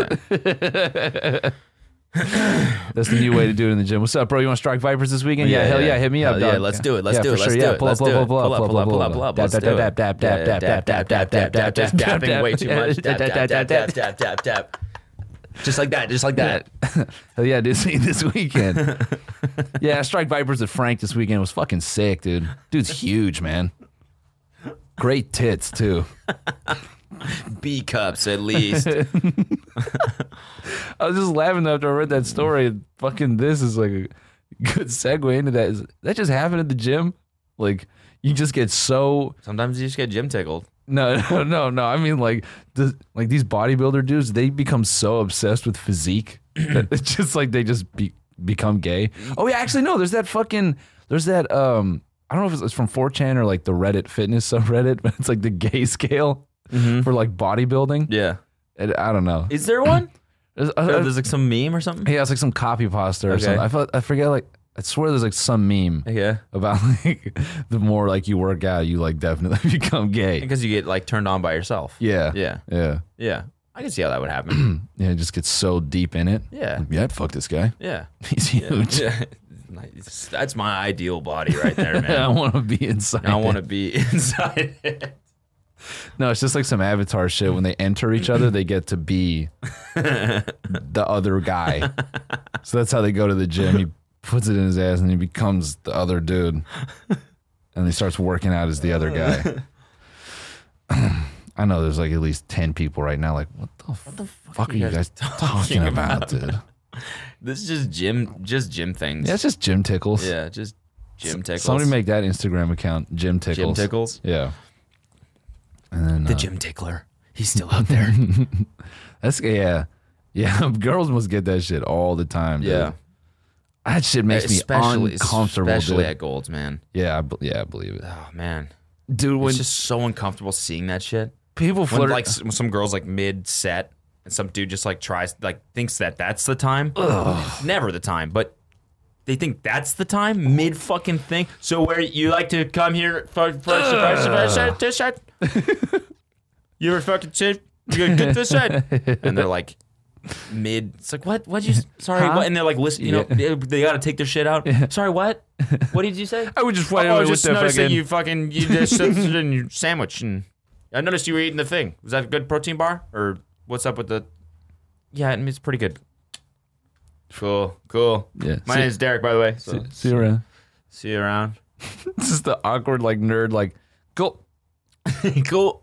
(laughs) Yeah. That's the new way to do it in the gym. What's up, bro? You want to strike vipers this weekend? Yeah, hell yeah, hit me up, Hell dog. Yeah, let's do it. Let's Yeah, do for it. Let's sure. do Yeah, it. pull up, Let's pull do up, it. pull up, pull up, pull up, pull up. dap, Let's dap, do it. dap, dap, dap, Yeah, dap, dap, dap, dap, dap, dap, dap, dap, dap, just dap, dapping dap, way dap, too yeah, much. dap, Dap, dap, dap, dap, dap, dap, dap, dap, dap. Just like that. Just like that. Hell yeah, (laughs) dude, see you this weekend. (laughs) yeah, I strike vipers at Frank this weekend. It was fucking sick, dude. Dude's huge, man. Great tits too. B cups (laughs) at least. I was just laughing after I read that story. and Fucking this is like a good segue into that. Is that just happened at the gym? Like you just get so Sometimes you just get gym tickled. no (laughs) no no no. I mean like the, like these bodybuilder dudes, they become so obsessed with (clears throat) physique that it's just like they just be, become gay. Oh yeah, actually no. There's that fucking there's that um I don't know if it's- it's from 4chan or like the Reddit fitness (laughs) subreddit, but it's like the gay scale for like bodybuilding. Mm-hmm. Yeah. And I don't know. Is (laughs) there one? There's- uh, Or There's like some meme or something. Yeah, it's like some copy pasta or Okay. something. I felt, I forget like I swear there's like some meme Yeah. about (laughs) like the more like you work out, you like definitely (laughs) become gay. Because you get like turned on by yourself. Yeah. Yeah. Yeah. Yeah. I can see how that (clears throat) would happen. Yeah, it just gets so deep in it. Yeah. Yeah, fuck this guy. (laughs) Yeah. He's huge. Yeah. (laughs) Nice. That's my ideal body right (laughs) there, I man. want to be inside. I want (laughs) it. to be inside it. No, it's just like some avatar shit. When they enter each other, they get to (laughs) be the other guy. So that's how they go to the gym. He puts it in his ass and he becomes the other dude. And he starts working out as the other (laughs) guy. I know there's like at least 10 people right now, like, what the, fuck, are you guys talking about, dude? This is just gym, just gym things. Yeah, it's just gym tickles. Yeah, just gym tickles. Somebody make that Instagram account, Gym Tickles. gym tickles. Yeah. And then, The uh, gym tickler. He's still out there. That's yeah, yeah. (laughs) Girls must get that shit all the time. dude. that shit (laughs) makes me uncomfortable. Especially dude. at Golds, man. yeah, I, be- yeah, I believe it, Oh man, dude. When it's just so uncomfortable seeing that shit. people When flirt, like s- when some girls like mid set, and some dude just like tries like thinks that that's the time. It's Never the time, but. They think that's the time mid fucking thing. So where you like to come here for for surprise surprise shirt this shirt? You were fucking shit. You gonna get this shirt? And they're like, mid. It's like what? What'd you? s- Sorry, what? and they're like, listen, you know, they, they got to take their shit out. Sorry, what? What did you say? I would just Oh, fly I over was with just the noticed fucking. that you fucking you (laughs) just substituted in your sandwich, and I noticed you were eating the thing. Was that a good protein bar, or what's up with the? Yeah, I mean, it's pretty good. Cool, cool. yeah. My see, name's Derek, by the way. So, see you around. (laughs) see you around. This is the awkward like nerd like go. cool. Cool,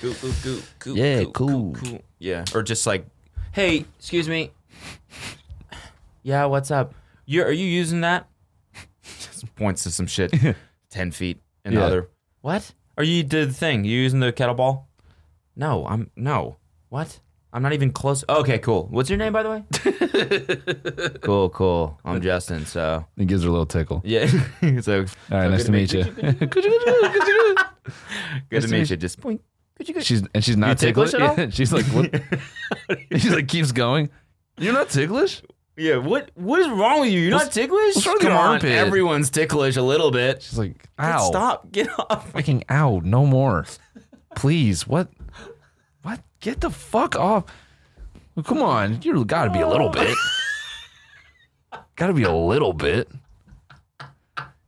cool, cool, cool. Yeah, cool. Yeah, or just like, hey, excuse me. Yeah, what's up? You are you using that? Just points to some (laughs) shit. Ten feet and the Yeah. other. What? Are you did the thing? You using the kettleball? No, I'm no. What? I'm not even close. Okay, cool. What's your name, by the way? (laughs) cool, cool. I'm Justin. So It gives her a little tickle. yeah. (laughs) so All right, nice to meet you. (laughs) (laughs) good to meet you. Just point. She's and she's not ticklish ticklish. at all? Yeah, (laughs) she's like (laughs) what? she's like keeps going. You're not ticklish. Yeah, what what is wrong with you? You're not ticklish. what's wrong with your armpit? everyone's ticklish a little bit. She's like ow. Stop, get off. Fucking ow. No more. Please. What? What? Get the fuck off. Well, come on. You got to be a little (laughs) bit. got to be a little bit.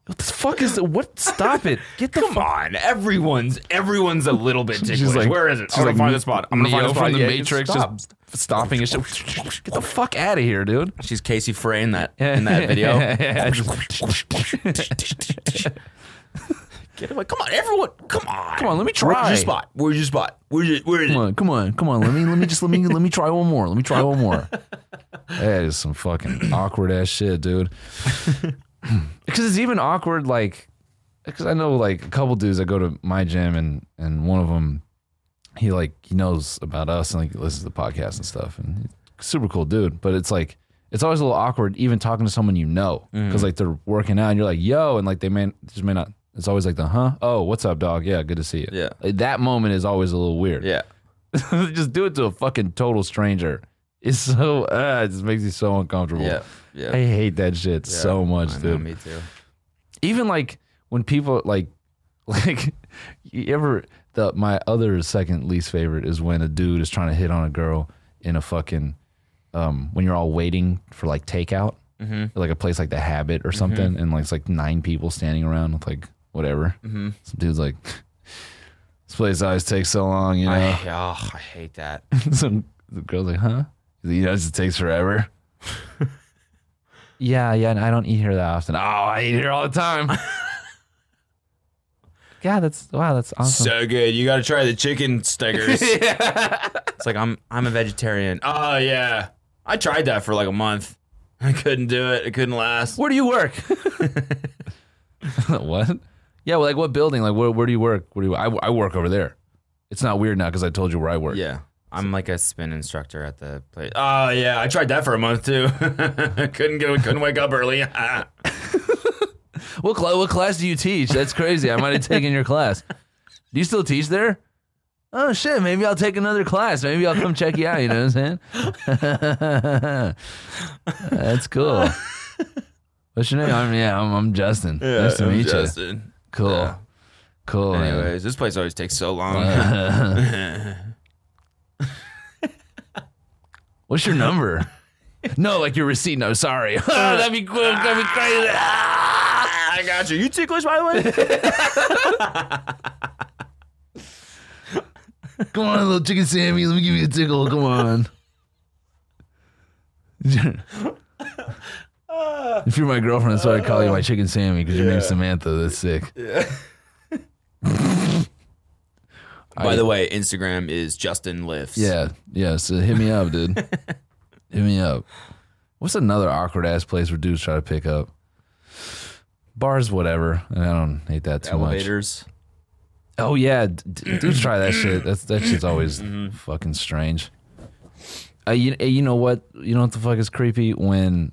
What the fuck is what? Stop it! Get the Come on, everyone's everyone's a (laughs) little bit ticklish. Where is it? I'm gonna find the spot. I'm gonna find Neo the spot. from the Yeah, Matrix stop. just stopping and shit. Get the fuck out of here, dude. She's Casey Frey in that in that (laughs) video. (laughs) Get away! Come on, everyone! Come on! Come on, let me Where's try. your spot? Where's your spot? Where's your, where is Come it? on, come on, come on. Let me, let me just, let me, let me try one more. Let me try one more. That is some fucking awkward ass shit, dude. (clears throat) Because it's even awkward, like, because I know like a couple dudes that go to my gym and and one of them, he like he knows about us and like listens to the podcast and stuff and he's a super cool dude. But it's like it's always a little awkward even talking to someone you know because like they're working out and you're like yo and like they may just may not. It's always like the huh oh what's up dog yeah good to see you Yeah. Like, that moment is always a little weird Yeah. (laughs) just do it to a fucking total stranger. It's so uh, it just makes you so uncomfortable. Yeah. Yeah. I hate that shit so much, I know, dude. me too. Even like when people like (laughs) like you ever the my other second least favorite is when a dude is trying to hit on a girl in a fucking um when you're all waiting for like takeout. Mhm. Like a place like the Habit or something, Mm-hmm. and like it's like nine people standing around with like whatever. Mhm. Some dude's like, (laughs) "This place always takes so long," you know. I, oh, I hate that. (laughs) Some the girl's like, huh? He's like, yeah, this takes forever. (laughs) yeah, yeah, and I don't eat here that often. Oh, I eat here all the time. (laughs) yeah, that's wow, that's awesome. So good. You got to try the (laughs) chicken stickers. It's like I'm I'm a vegetarian. Oh yeah. I tried that for like a month. (laughs) I couldn't do it. It couldn't last. where do you (laughs) work? what? Yeah, well, like what building? Like where? Where do you work? Where do you, I, I work over there? It's not weird now because I told you where I work. Yeah. I'm like a spin instructor at the place. Oh yeah, I tried that for a month too. (laughs) couldn't go couldn't wake up early. (laughs) What cl- What class do you teach? That's crazy. I might have taken your class. Do you still teach there? Oh shit! Maybe I'll take another class. Maybe I'll come check you out. You know what I'm saying? (laughs) That's cool. What's your name? I'm, yeah, I'm, I'm Justin. nice to meet you. Cool. Yeah. Cool. man. Anyways, this place always takes so (laughs) long. Ah, What's your (laughs) number? no, like your receipt. No, sorry. (laughs) That'd be cool. That'd be crazy. I got you. You ticklish by the way? (laughs) Come on, little chicken Sammy. Let me give you a tickle. Come on. if you're my girlfriend, that's why I call you my chicken Sammy because your name's Samantha. That's sick. by the way, Instagram is Justin Lifts. Yeah, yeah. So hit me up, dude. hit me up. What's another awkward ass place where dudes try to pick up? Bars, whatever. I don't hate that too much. Elevators. Oh yeah, d- d- dudes try that shit. That's that shit's always Mm-hmm. fucking strange. Uh, you uh, you know what? You know what the fuck is creepy when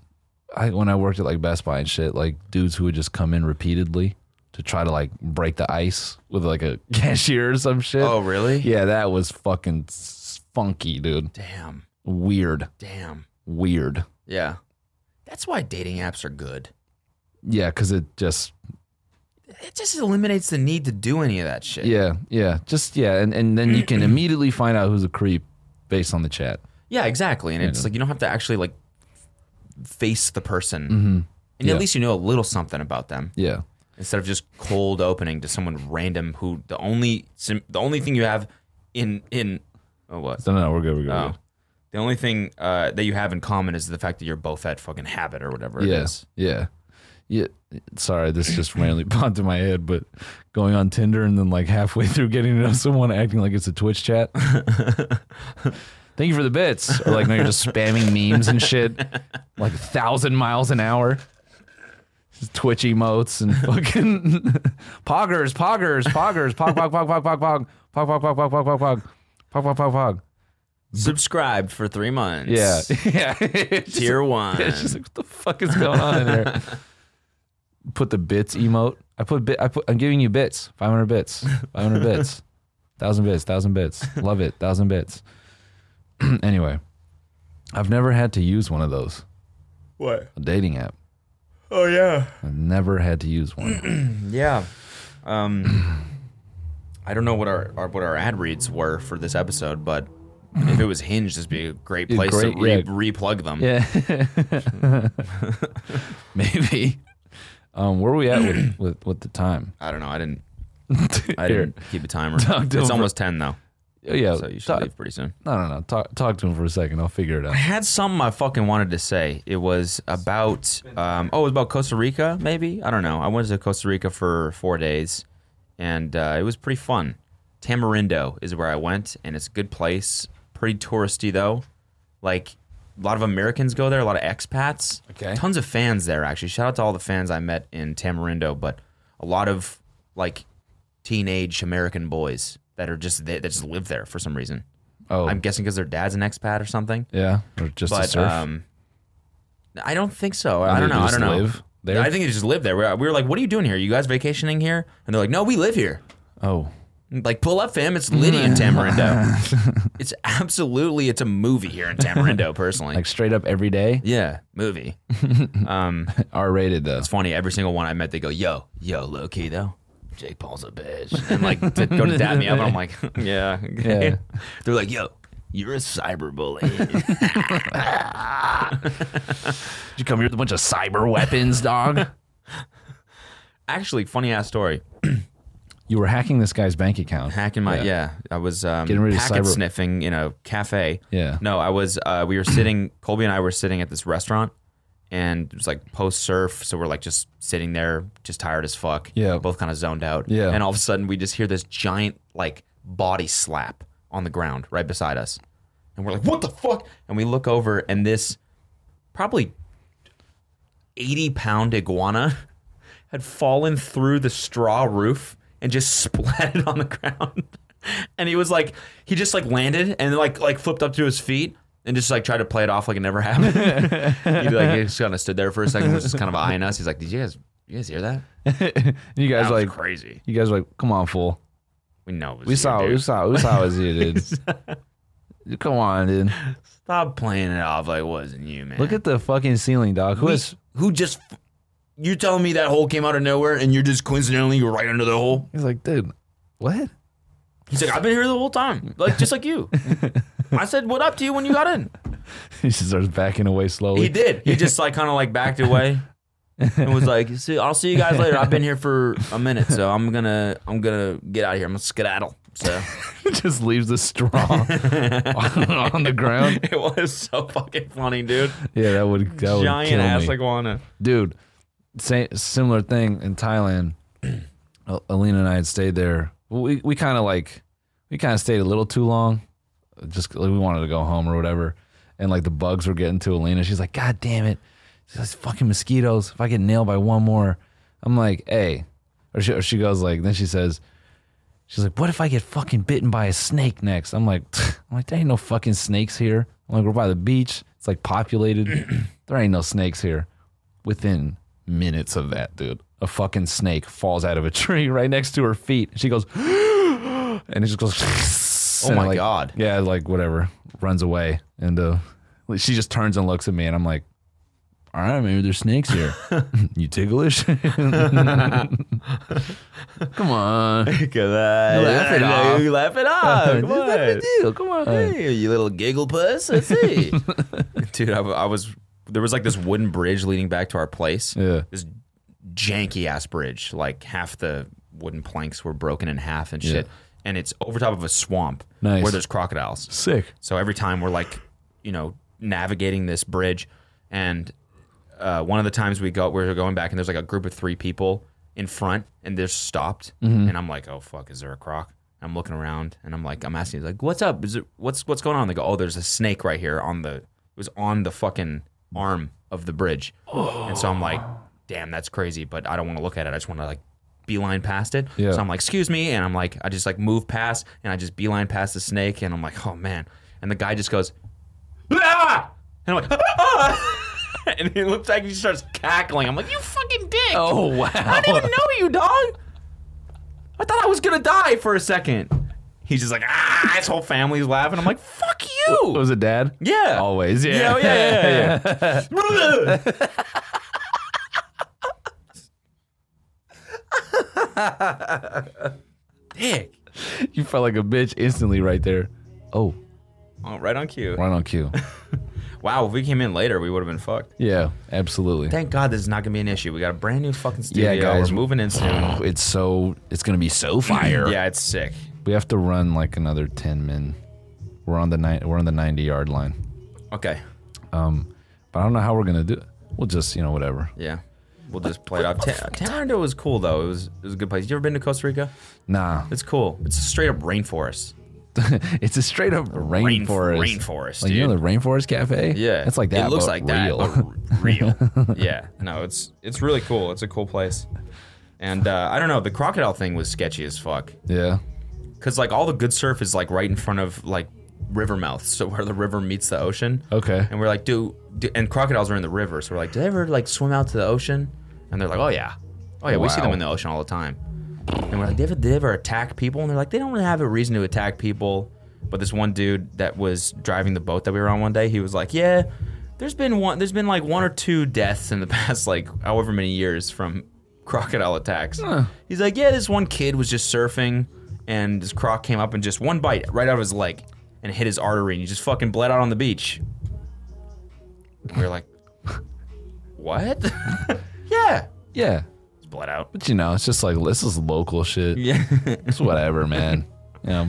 I when I worked at like Best Buy and shit, like dudes who would just come in repeatedly to try to like break the ice with like a (laughs) cashier or some shit. Oh really? Yeah, that was fucking s- funky, dude. Damn. Weird, Damn. weird. Yeah. That's why dating apps are good. Yeah, because it just It just eliminates the need to do any of that shit. (clears throat) yeah yeah just yeah, and and then you can immediately find out who's a creep based on the chat. Yeah, exactly. And it's like you don't have to actually like face the person. And Mm-hmm. Yeah. at least you know a little something about them Yeah. instead of just cold opening to someone random who the only sim- the only thing you have in in oh what So no, no, we're good. We're good. we're oh. the only thing uh, that you have in common is the fact that you're both at fucking habit or whatever good. it Yeah. is. Yeah. Yeah. Sorry, this just randomly (laughs) popped in my head, but going on Tinder and then like halfway through getting to know someone acting like it's a Twitch (laughs) chat. Thank you for the bits. Or like, no, you're just spamming memes and shit, like a thousand miles an hour. Just Twitch emotes and fucking (laughs) poggers, poggers, poggers, pog, pog, pog, pog, pog, pog, pog, pog, pog, pog, pog, pog, pog, pog, pog, pog, pog. Subscribed for three months. Yeah, (laughs) yeah. It's just- (laughs) Tier one. yeah, it's just like, what the fuck is going on in there? (laughs) Put the bits emote. I put bit. I put. I'm giving you bits. Five hundred bits. Five hundred bits. (laughs) Thousand bits. Thousand bits. Love it. Thousand bits. (clears throat) anyway, I've never had to use one of those. What? A dating app. Oh yeah. I've never had to use (laughs) one. Yeah. Um (clears throat) I don't know what our, our what our ad reads were for this episode, but if it was Hinge, this would be a great place great, to re- yeah. replug them. yeah. (laughs) Maybe. Um, where are we at (clears throat) with, with, with the time? I don't know. I didn't. I Here. didn't keep (laughs) a timer. Talk to him It's for- almost ten though, oh, Yeah. so you should talk, leave pretty soon. I don't know. Talk talk to him for a second. I'll figure it out. I had something I fucking wanted to say. It was about um, oh, it was about Costa Rica. Maybe I don't know. I went to Costa Rica for four days, and uh, it was pretty fun. Tamarindo is where I went, and it's a good place. Pretty touristy though. Like a lot of Americans go there, a lot of expats. Okay. Tons of fans there actually. Shout out to all the fans I met in Tamarindo, but a lot of like teenage American boys that are just that just live there for some reason. Oh, I'm guessing because their dad's an expat or something. yeah. Or just to But surf. um, I don't think so. I do don't they know. I just don't know. live there? I think they just live there. We were, we were like, "What are you doing here? you guys vacationing here?" And they're like, "No, we live here." oh, Like, pull up, fam. It's Liddy in Tamarindo. (laughs) it's absolutely it's a movie here in Tamarindo. Personally, like straight up every day. yeah, movie. um, R rated though. it's funny. Every single one I met, they go, "Yo, yo, low key though." Jake Paul's a bitch, and like to go to dab me up, and I'm like, (laughs) yeah, okay." Yeah. (laughs) They're like, "Yo, you're (laughs) a cyberbully." Did you come here with a bunch of cyber weapons, dog? Actually, funny ass story. (laughs) you were hacking this guy's bank account. (laughs) Hacking my yeah. I was um, Getting ready to packet cyber- sniffing in a cafe. Yeah. No, I was. Uh, we were sitting. (clears throat) Colby and I were sitting at this restaurant, and it was like post surf, so we're like just sitting there, just tired as fuck. Yeah. Both kind of zoned out. Yeah. And all of a sudden, we just hear this giant like body slap on the ground right beside us, and we're like, "What the fuck?" And we look over, and this probably eighty pound iguana had fallen through the straw roof and just (laughs) splatted on the ground. (laughs) And he was like, he just like landed and like like flipped up to his feet and just like tried to play it off like it never (laughs) happened. he like he just kind of stood there for a second, was just kind of eyeing us. He's like, did you guys you guys hear that? you guys That was like, crazy. you guys were like, come on, fool. We know it was We you, saw, dude. we saw, we saw it was you, dude. (laughs) come on, dude. Stop playing it off like it wasn't you, man. Look at the fucking ceiling, dog. Who is? who just you're telling me that hole came out of nowhere and you're just coincidentally right under the hole. He's like, dude, what? (laughs) He's like, I've been here the whole time, like just like you. I said, "What up to you when you got in?" He just starts backing away slowly. He did. He just like kind of like backed away and was like, "See, I'll see you guys later. I've been here for a minute, so I'm gonna I'm gonna get out of here. I'm gonna skedaddle." So (laughs) just leaves the (laughs) straw on, on the ground. (laughs) it was so fucking funny, dude. Yeah, that would that would kill Giant ass me. iguana. dude. Same similar thing in Thailand. (clears throat) Al- Alina and I had stayed there. Well, We we kind of like we kind of stayed a little too long. Just like, we wanted to go home or whatever. And like the bugs were getting to Alina. She's like, God damn it! These fucking mosquitoes. If I get nailed by one more, I'm like, hey. Or she, or she goes like, then she says, she's like, what if I get fucking bitten by a snake next? I'm like, I'm like, there ain't no fucking snakes here. I'm like, we're by the beach. It's like populated. (clears throat) there ain't no snakes here within minutes of that, dude, a fucking snake falls out of a tree right next to her feet. She goes, (gasps) and it just goes. (laughs) Oh my God. Yeah, like whatever, runs away, and uh, she just turns and looks at me, and I'm like, all right, maybe there's snakes here. (laughs) (laughs) you ticklish? (laughs) Come on. Come on. Laugh it off. You laugh it (laughs) off. Come Just let me on. do. Come on. Hey, you little giggle puss. Let's see. (laughs) Dude, I, I was there was like this wooden bridge leading back to our place. Yeah. This janky ass bridge. Like half the wooden planks were broken in half and shit. And it's over top of a swamp Nice. where there's crocodiles. Sick. So every time we're like, you know, navigating this bridge, and uh, one of the times we go, we're going back, and there's like a group of three people in front, and they're stopped, and I'm like, oh fuck, is there a croc? I'm looking around, and I'm like, I'm asking, like, what's up? Is it what's what's going on? They go, oh, there's a snake right here on the it was on the fucking arm of the bridge, and so I'm like, damn, that's crazy, but I don't want to look at it. I just want to like beeline past it. Yeah. So I'm like, excuse me. And I'm like, I just like move past and I just beeline past the snake. And I'm like, oh man. And the guy just goes, ah! And I'm like, ah! (laughs) and he looks like he starts cackling. I'm like, you fucking dick. Oh, (laughs) I wow. didn't even know you, dog. I thought I was going to die for a second. He's just like, ah, his whole family's laughing. I'm like, fuck you. Was it dad? yeah. Always. Yeah. (laughs) Yeah, yeah, yeah, yeah. yeah. (laughs) Dick. You felt like a bitch instantly right there. Oh, Oh, right on cue. right on (laughs) cue. Wow, if we came in later, we would have been fucked. Yeah, absolutely. Thank God this is not gonna be an issue. We got a brand new fucking studio. guys. We're moving (sighs) in soon. It's so, it's going to be so fire. yeah, it's sick. We have to run like another 10 men. We're on the ni- we're on the 90 yard line. Okay. But I don't know how we're going to do it. We'll just, you know, whatever. Yeah. We'll just play it off. Ta- Tamarindo was cool though. It was it was a good place. You ever been to Costa Rica? Nah. It's cool. It's a straight up rainforest. It's a straight up Rain- rainforest. rainforest, Like, you know dude. the rainforest cafe? Yeah, It's like that. It looks but like real. (laughs) that. but (laughs) r- real. yeah. No, it's it's really cool. It's a cool place. And uh, I don't know. The crocodile thing was sketchy as fuck. yeah. Cause like all the good surf is like right in front of like river mouths, (laughs) so where the river meets the ocean. Okay. And we're like, do, do and crocodiles are in the river, so we're like, do they ever like swim out to the ocean? And they're like, oh yeah, oh yeah, we see Wow. them in the ocean all the time. And we're like, they ever, they ever attack people? And they're like, they don't really have a reason to attack people. But this one dude that was driving the boat that we were on one day, he was like, yeah, there's been one, there's been like one or two deaths in the (laughs) past like however many years from crocodile attacks. He's like, yeah, this one kid was just surfing, and this croc came up and just one bite right out of his leg, and hit his artery, and he just fucking bled out on the beach. And we were like, (laughs) what? (laughs) yeah. Yeah. It's (laughs) bled out. But you know, it's just like this is local shit. Yeah. It's (laughs) whatever, man. You know,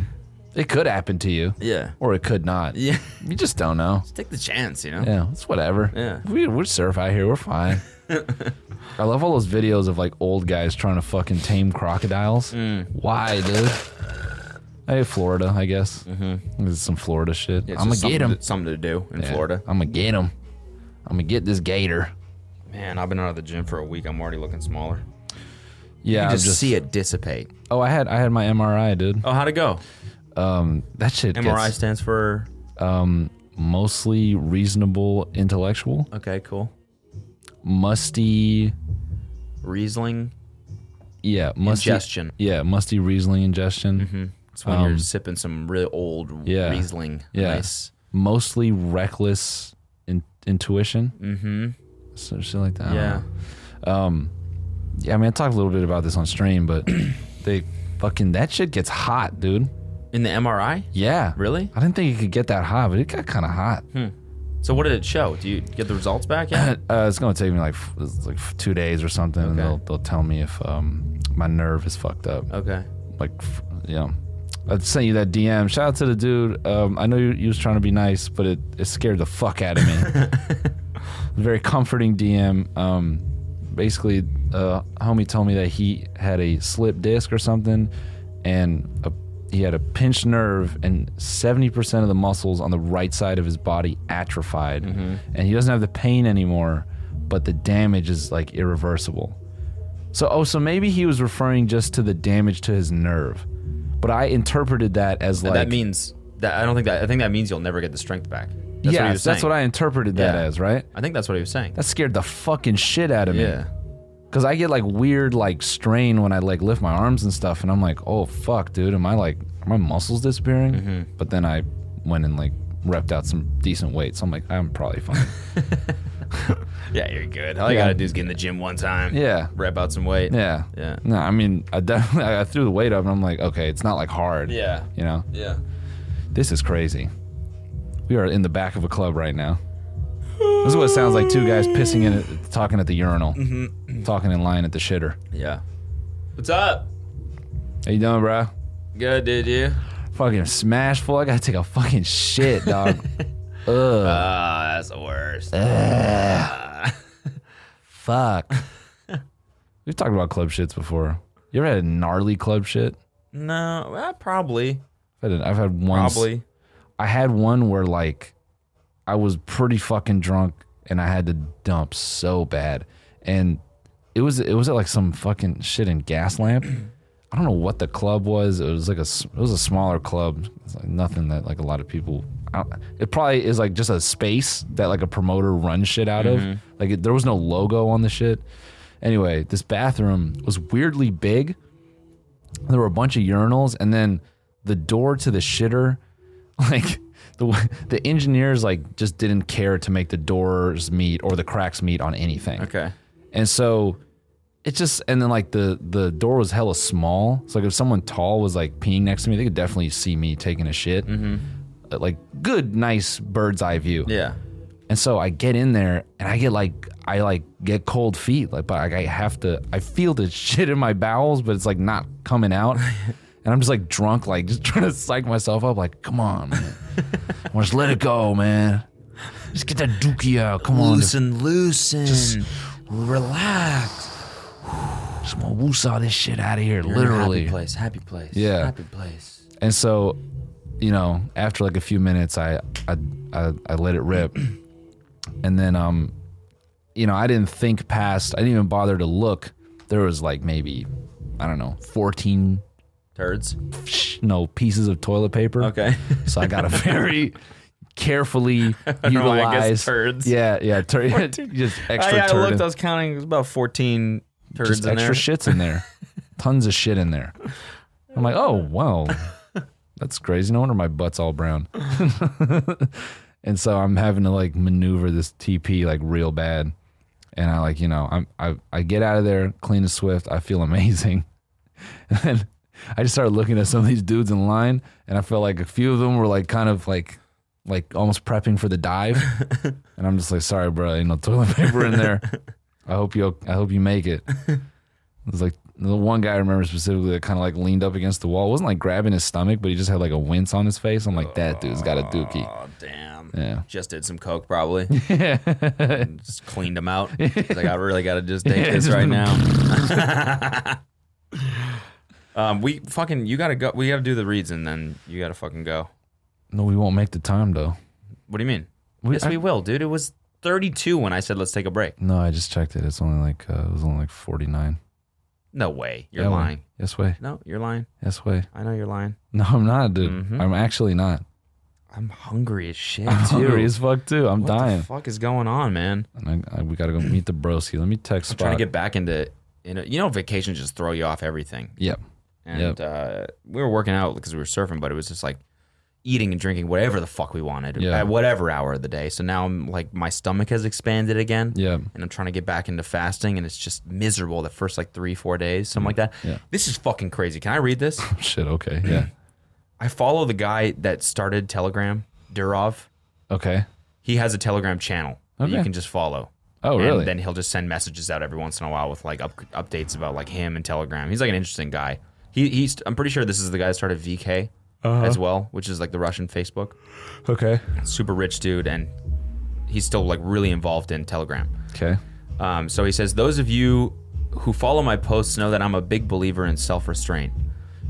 it could happen to you, yeah. or it could not. Yeah. You just don't know. Take the chance, you know? Yeah, it's whatever. Yeah. we we surf out here. We're (laughs) fine. I love all those videos of like old guys trying to fucking tame crocodiles. Mm. Why, dude? Hey, Florida, I guess. Mm-hmm. This is some Florida shit. It's I'm gonna just get something him. to- something to do in Florida. I'm gonna get him. I'm gonna get this gator. Man, I've been out of the gym for a week. I'm already looking smaller. Yeah, I I'm just, see it dissipate. Oh, I had I had my MRI, dude. Oh, how'd it go? That shit. MRI Gets stands for. mostly reasonable intellectual. Okay, cool. Musty. Riesling Yeah, musty. ingestion. Mm-hmm. Yeah, musty Riesling ingestion. It's when you're sipping some really old Um, yeah. Riesling. Yeah. Nice. Mostly reckless in- intuition. Mm-hmm. So shit like that. I don't Yeah. know. Yeah, I mean, I talked a little bit about this on stream, but (clears throat) they fucking that shit gets hot, dude. In the MRI? Yeah. Really? Hmm. I didn't think it could get that hot, but it got kind of hot. So what did it show? Do you get the results (laughs) back yet? (clears throat) Uh, it's gonna take me like f- it's like f- two days or something, and Okay. they'll they'll tell me if um my nerve is fucked up. okay. like f- you know I sent you that DM. Shout out to the dude. Um, I know you, you was trying to be nice, but it, it scared the fuck out of me. Very comforting DM. Um, basically, uh, homie told me that he had a slip disc or something, and a, he had a pinched nerve, and seventy percent of the muscles on the right side of his body atrophied, Mm-hmm. and he doesn't have the pain anymore, but the damage is like irreversible. So, oh, so maybe he was referring just to the damage to his nerve, but I interpreted that as like that means that I don't think that I think that means you'll never get the strength back. That's yes, what he was that's saying. what I interpreted that Yeah. as, right? I think that's what he was saying. That scared the fucking shit out of me yeah. because I get like weird like strain when I like lift my arms and stuff, and I'm like, oh fuck, dude, am I like are my muscles disappearing? Mm-hmm. (laughs) But then I went and like repped out some decent weight, so I'm like, I'm probably fine. Yeah, you're good. All you Yeah. gotta do is get in the gym one time. Yeah. Rep out some weight. Yeah. Yeah. No, I mean, I definitely I threw the weight up, and I'm like, okay, it's not like hard. Yeah. You know, Yeah. this is crazy. We are in the back of a club right now. This is what it sounds like: two guys pissing in, it, talking at the urinal, Mm-hmm. talking in line at the shitter. Yeah. What's up? How you doing, bro? Good, did you? Fucking smash full. I gotta take a fucking shit, (laughs) dog. Ah, that's the worst. Fuck. (laughs) We've talked about club shits before. You ever had a gnarly club shit? No, well, probably. I've had, I've had one. s- Probably. I had one where like I was pretty fucking drunk and I had to dump so bad. And it was it was at like some fucking shit in gas lamp. (clears throat) I don't know what the club was. It was like a s- it was a smaller club. It's like nothing that like a lot of people. I don't, it probably is like just a space that like a promoter runs shit out of. Like it, there was no logo on the shit. Anyway, this bathroom was weirdly big. There were a bunch of urinals, and then the door to the shitter (laughs) like the w- the engineers like just didn't care to make the doors meet or the cracks meet on anything. Okay. And so it just and then like the the door was hella small. So like if someone tall was like peeing next to me, they could definitely see me taking a shit. Uh, Like good, nice bird's eye view. Mm-hmm. Yeah. And so I get in there and I get like I like get cold feet. Like but like, I have to I feel the (laughs) shit in my bowels, but it's like not coming out. And I'm just like drunk, like just (laughs) trying to psych myself up, like, come on, man. Well, just let it go, man. Just get that dookie out. Come on. Just, Loosen, loosen. relax. (sighs) Just wanna woosah this shit out of here, literally. place, happy place. Yeah. Happy place. And so, you know, after like a few minutes, I I I, I let it rip, and then um, you know, I didn't think past. I didn't even bother to look. There was like maybe, I don't know, fourteen Turds. no pieces of toilet paper. (laughs) Okay. So I got a very carefully know, I guess utilized. turds. Yeah, yeah, tur- (laughs) just extra I, I turd looked, in- I was counting, it was about 14 turds just in extra there. shits in there. (laughs) Tons of shit in there. I'm like, oh wow, that's crazy. No wonder my butt's all brown. (laughs) and so I'm having to like maneuver this TP like real bad. And I like, you know, I'm I, I get out of there, clean as swift, I feel amazing. And then I just started looking at some of these dudes in line and I felt like a few of them were like kind of like like almost prepping for the (laughs) dive. and I'm just like, sorry, bro, ain't no toilet paper in there. I hope you I hope you make (laughs) it. It was like the one guy I remember specifically that kind of like leaned up against the wall. It wasn't like grabbing his stomach, but he just had like a wince on his face. I'm like, that dude's got a dookie. Oh, damn. Yeah. Just did some (laughs) coke, probably. And just cleaned them out. It's like, I really got to just take Yeah, this just- (laughs) right now. um, we fucking, you got to go. We got to do the reads and then you got to fucking go. No, we won't make the time though. What do you mean? We- yes, I- we will, dude. It was 32 when I said, let's take a break. No, I just checked it. It's only like uh, it was only like 49. No way. You're Yeah, way. lying. Yes way. No, you're lying. Yes way. I know you're lying. No, I'm not, dude. Mhm. I'm actually not. I'm hungry as (laughs) shit, I'm too. hungry as fuck too. I'm what dying. the fuck is going on, man? and I, I, we gotta go meet the broski. Let me text I'm trying Spock. to get back into, you know, you know, vacations just throw you off everything. yep. and uh, we were working out because we were surfing, but it was just like eating and drinking whatever the fuck we wanted Yeah. at whatever hour of the day. So now I'm like my stomach has expanded again, Yep. and I'm trying to get back into fasting, and it's just miserable the first like three four days, something like that. Mm-hmm. Yeah. This is fucking crazy. Can I read this? Shit. Okay. Yeah. I follow the guy that started Telegram, Durov. okay. He has a Telegram channel that you Okay. can just follow. Oh really? And then he'll just send messages out every once in a while with like up, updates about like him and Telegram. He's like an interesting guy. He he's I'm pretty sure this is the guy that started VK Uh-huh. as well, which is like the Russian Facebook. okay. Super rich dude, and he's still like really involved in Telegram. Okay. Um, so he says, Those of you who follow my posts know that I'm a big believer in self restraint.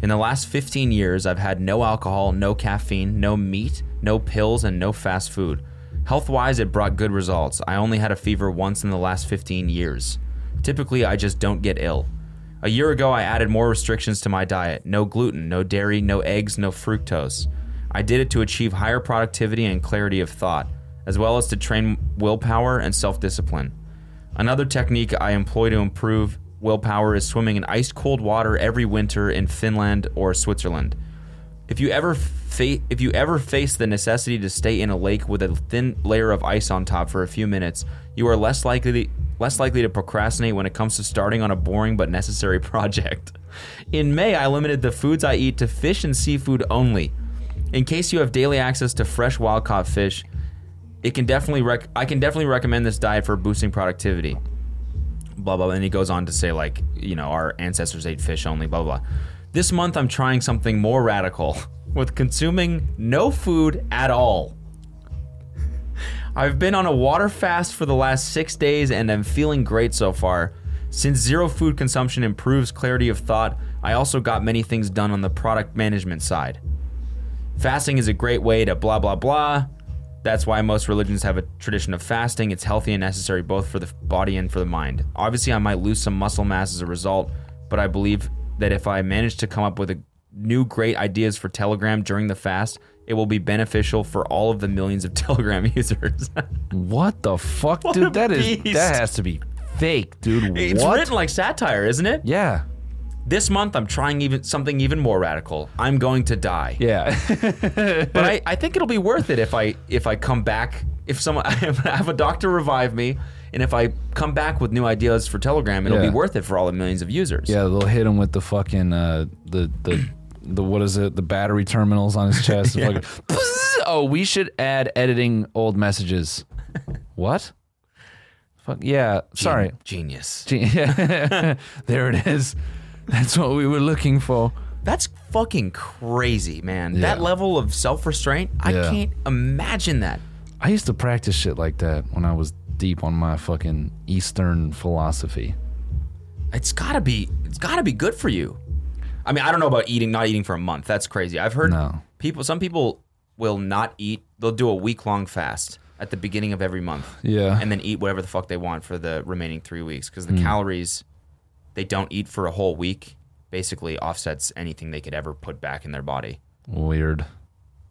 In the last 15 years, I've had no alcohol, no caffeine, no meat, no pills, and no fast food. Health wise, it brought good results. I only had a fever once in the last 15 years. Typically, I just don't get ill. A year ago, I added more restrictions to my diet no gluten, no dairy, no eggs, no fructose. I did it to achieve higher productivity and clarity of thought, as well as to train willpower and self discipline. Another technique I employ to improve willpower is swimming in ice cold water every winter in Finland or Switzerland. If you ever f- fa- if you ever face the necessity to stay in a lake with a thin layer of ice on top for a few minutes, you are less likely less likely to procrastinate when it comes to starting on a boring but necessary (laughs) project. In May, I limited the foods I eat to fish and seafood only. In case you have daily access to fresh wild caught fish, it can definitely rec- I can definitely recommend this diet for boosting productivity blah blah. blah. And he goes on to say like, you know, our ancestors ate fish only, blah blah. blah. This month I'm trying something more radical (laughs) with consuming no food at all. I've been on a water fast for the last 6 days and I'm feeling great so far. Since zero food consumption improves clarity of thought, I also got many things done on the product management side. Fasting is a great way to blah blah blah. That's why most religions have a tradition of fasting. It's healthy and necessary both for the body and for the mind. Obviously, I might lose some muscle mass as a result, but I believe that if I manage to come up with a new great ideas for Telegram during the fast, it will be beneficial for all of the millions of (laughs) Telegram users. (laughs) What the fuck, What a dude? That is beast. that has to be fake, dude. it's what? written like satire, isn't it? yeah, This month, I'm trying even something even more radical. I'm going to die. yeah. but I, I think it'll be worth it if I if I come back if someone (laughs) I have a doctor revive me and if I come back with new ideas for Telegram it'll Yeah. be worth it for all the millions of (laughs) users. yeah, they'll hit him with the fucking uh, the the the what is it? The battery terminals on his chest. (laughs) The fucking- (laughs) oh, we should add editing old (laughs) messages. What? Fuck yeah. Sorry. Genius. Gee- (laughs) there it is. That's what we were looking for. That's fucking crazy, man. That Yeah. level of self-restraint, I Yeah. can't imagine that. I used to practice shit like that when I was deep on my fucking Eastern philosophy. It's got to be it's got to be good for you. I mean, I don't know about eating not eating for a month. That's crazy. I've heard No. people some people will not eat. They'll do a week-long fast at the beginning of every month. Yeah. and then eat whatever the fuck they want for the remaining three weeks because the calories they don't eat for a whole week basically offsets anything they could ever put back in their body, Weird.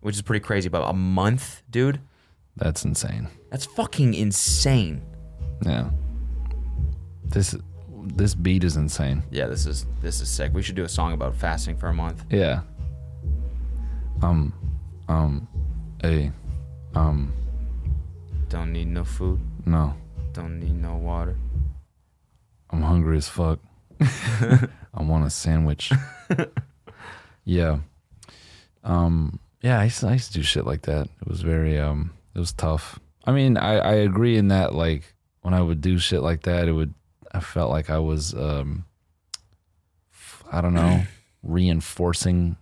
which is pretty crazy. But a month, dude, That's insane. that's fucking insane. Yeah. This this beat is insane. Yeah, this is this is sick. We should do a song about fasting for a month. Yeah. Um um a um Don't need no food. no. Don't need no water. I'm hungry as fuck. I want a sandwich. yeah. Um yeah, I used, to, I used to do shit like that. It was very um it was tough. I mean, I I agree in that like when I would do shit like that, it would I felt like I was um I don't know, reinforcing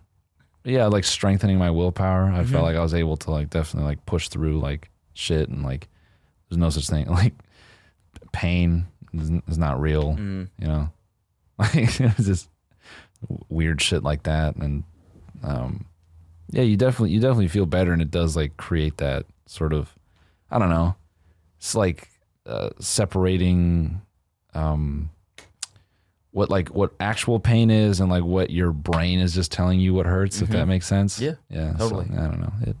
yeah, like strengthening my willpower. I felt like I was able to like definitely like push through like shit and like there's no such thing (laughs) like pain is, is not real Mm. you know (laughs) like it was just weird shit like that and um yeah you definitely you definitely feel better and it does like create that sort of i don't know it's like uh, separating um what like what actual pain is and like what your brain is just telling you what hurts if that makes sense Yeah, yeah so, totally. i don't know it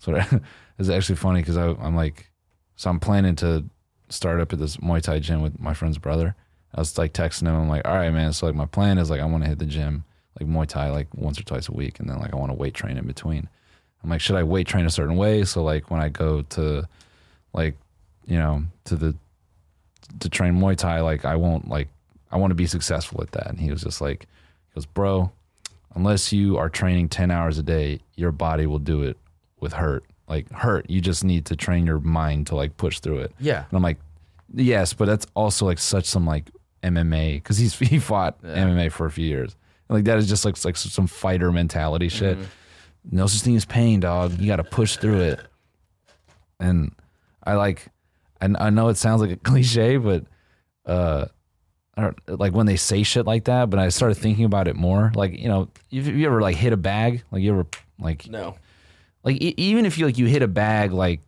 sort of (laughs) it's actually funny because i'm like so i'm planning to start up at this muay thai gym with my friend's brother I was like texting him. I'm like, all right, man. So like my plan is like I want to hit the gym like Muay Thai like once or twice a week, and then like I want to weight train in between. I'm like, should I weight train a certain way so like when I go to like you know to the to train Muay Thai like I won't like I want to be successful at that. And he was just like, he goes, bro, unless you are training ten hours a day, your body will do it with hurt. Like hurt, you just need to train your mind to like push through it. Yeah. And I'm like, yes, but that's also like such some like MMA because he's (laughs) he fought MMA for a few years. And like that is just like like some fighter mentality shit. No such thing as pain, dog. You got to push through it. And I like, and I know it sounds like a (laughs) cliche, but uh, I don't like when they say shit like that. But I started thinking about it more. Like you know, if you ever like hit a bag, like you ever like No. like e- even if you like you hit a bag like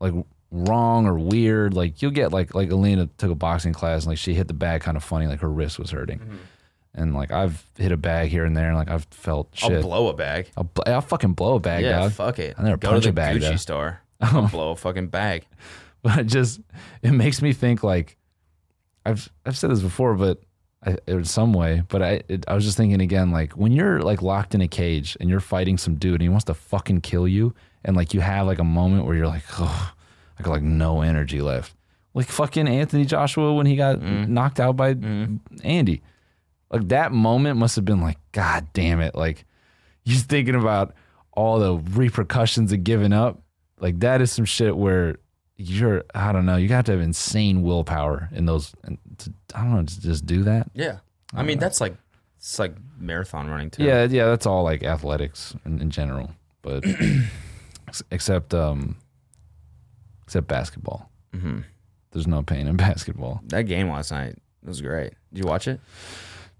like wrong or weird like you'll get like like Alina took a boxing class and like she hit the bag kind of funny like her wrist was hurting and like I've hit a bag here and there and like I've felt shit I'll blow a bag. I'll, bl- I'll fucking blow a bag yeah, dog fuck it. I never Go punch to a the bag, Gucci though. (laughs) store. Oh. blow a fucking bag. (laughs) but it just it makes me think like I've I've said this before but I, in some way. But I, it, I was just thinking again, like when you're like locked in a cage and you're fighting some dude and he wants to fucking kill you, and like you have like a moment where you're like, (sighs) oh, I got like no energy left. Like fucking Anthony Joshua when he got knocked out by Andy. Like that moment must have been like, God damn it. Like you're thinking about all the repercussions of giving up. Like that is some shit where you're, I don't know, you have to have insane willpower in those. And to, I don't know, to just do that. Yeah. I mean, that's like it's like marathon running too. Yeah, yeah, that's all like athletics in, in general, (clears throat) but ex- except um, except basketball. Mm-hmm. There's no pain in (laughs) basketball. That game last night was great. Did you watch it?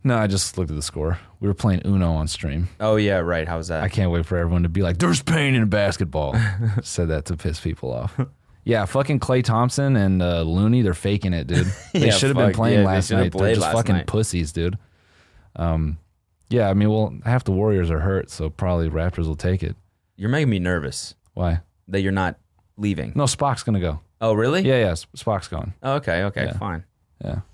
No, I just looked at the score. We were playing Uno on stream. Oh yeah, right. How was that? I can't wait for everyone to be like, "There's pain in (laughs) basketball." Said that to piss people off. Yeah, fucking Clay Thompson and uh, Looney, they're faking it, (laughs) dude. They Yeah, should have been fuck, playing yeah, they last should have night. They're played just last fucking night. pussies, dude. Um, yeah, I mean, well, half the Warriors are hurt, so probably Raptors will take it. You're making me nervous Why? that you're not leaving. No, Spock's gonna go. Oh really? Yeah, yeah. Sp- Spock's gone. Oh, okay. Okay. Fine. Yeah. (laughs)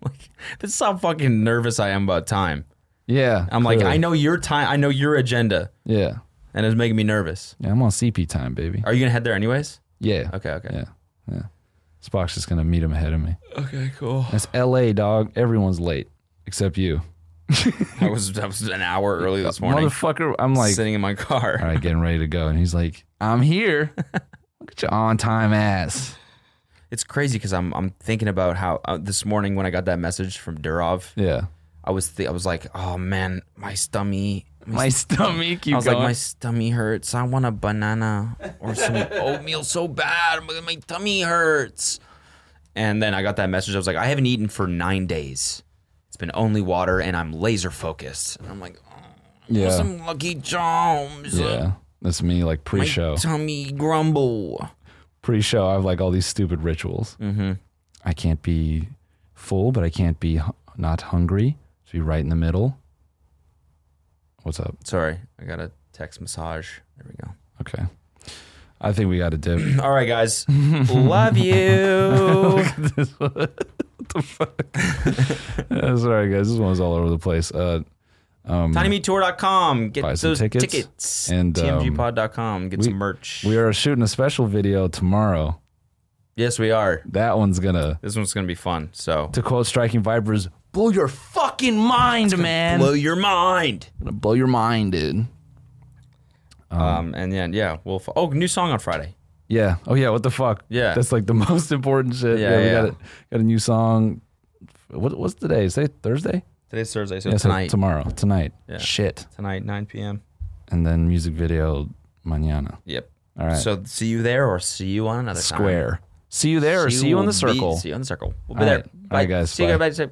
Like this is how fucking nervous I am about time. Yeah. I'm like, clearly. I know your time. I know your agenda, Yeah. and it's making me nervous. Yeah, I'm on CP time, baby. Are you gonna head there anyways? Yeah. Okay. Okay. Yeah. Yeah. Spock's just gonna meet him ahead of me. Okay. (laughs) Cool. That's LA, dog. Everyone's late except you. I was I was an hour early this morning, Motherfucker, I'm Uh, like sitting in my car. all right, getting ready to go. And he's like, I'm (laughs) here. Look at your on time ass. It's crazy because I'm I'm thinking about how uh, this morning when I got that message from Durov, Yeah. I was th- I was like, oh man, my stomach. (laughs) My stomach, you I was like, my stomach hurts. I want a banana or (laughs) some oatmeal so bad. My my tummy hurts. And then I got that message. I was like, I haven't eaten for nine days. It's been only water, and I'm laser focused. And I'm like, "Oh, yeah. some Lucky Charms. yeah. That's me like pre My show. tummy grumble. Pre show, I have like all these stupid rituals. Mm. Mm-hmm. I can't be full, but I can't be hu- not hungry. To be right in the middle. What's up? Sorry, I got a text massage. There we go. (clears throat) Okay. I think we got a (laughs) dip. All right, guys. Love (laughs) you. (laughs) Uh, Sorry, guys. This one was all over the place. Uh, TinyMeTour.com. Get Buy some those tickets. tickets. um, And, TMGPod.com. Get we- some merch. we are shooting a special video tomorrow. yes, we are. That one's gonna, This one's going to be fun. So to quote Striking Vipers, blow your fucking mind, man. blow your mind. Gonna blow your mind, dude. Um, and then, yeah, we'll. F- oh, new song on Friday. Yeah. Oh yeah. What the fuck? Yeah. That's like the (laughs) most important shit. Yeah, we yeah. Got, a, got a new song. What, what's today? Is it Thursday? Today's Thursday, so Yeah, so tonight. tomorrow. Tonight. Yeah. Shit. tonight, 9 p.m. And then music video mañana. Yep. All right. So see you there or see you on another time. Square. See you there. or see you in will the be- circle. see you in the circle. We'll be All there. right. All right, guys. See you Bye. guys. Bye.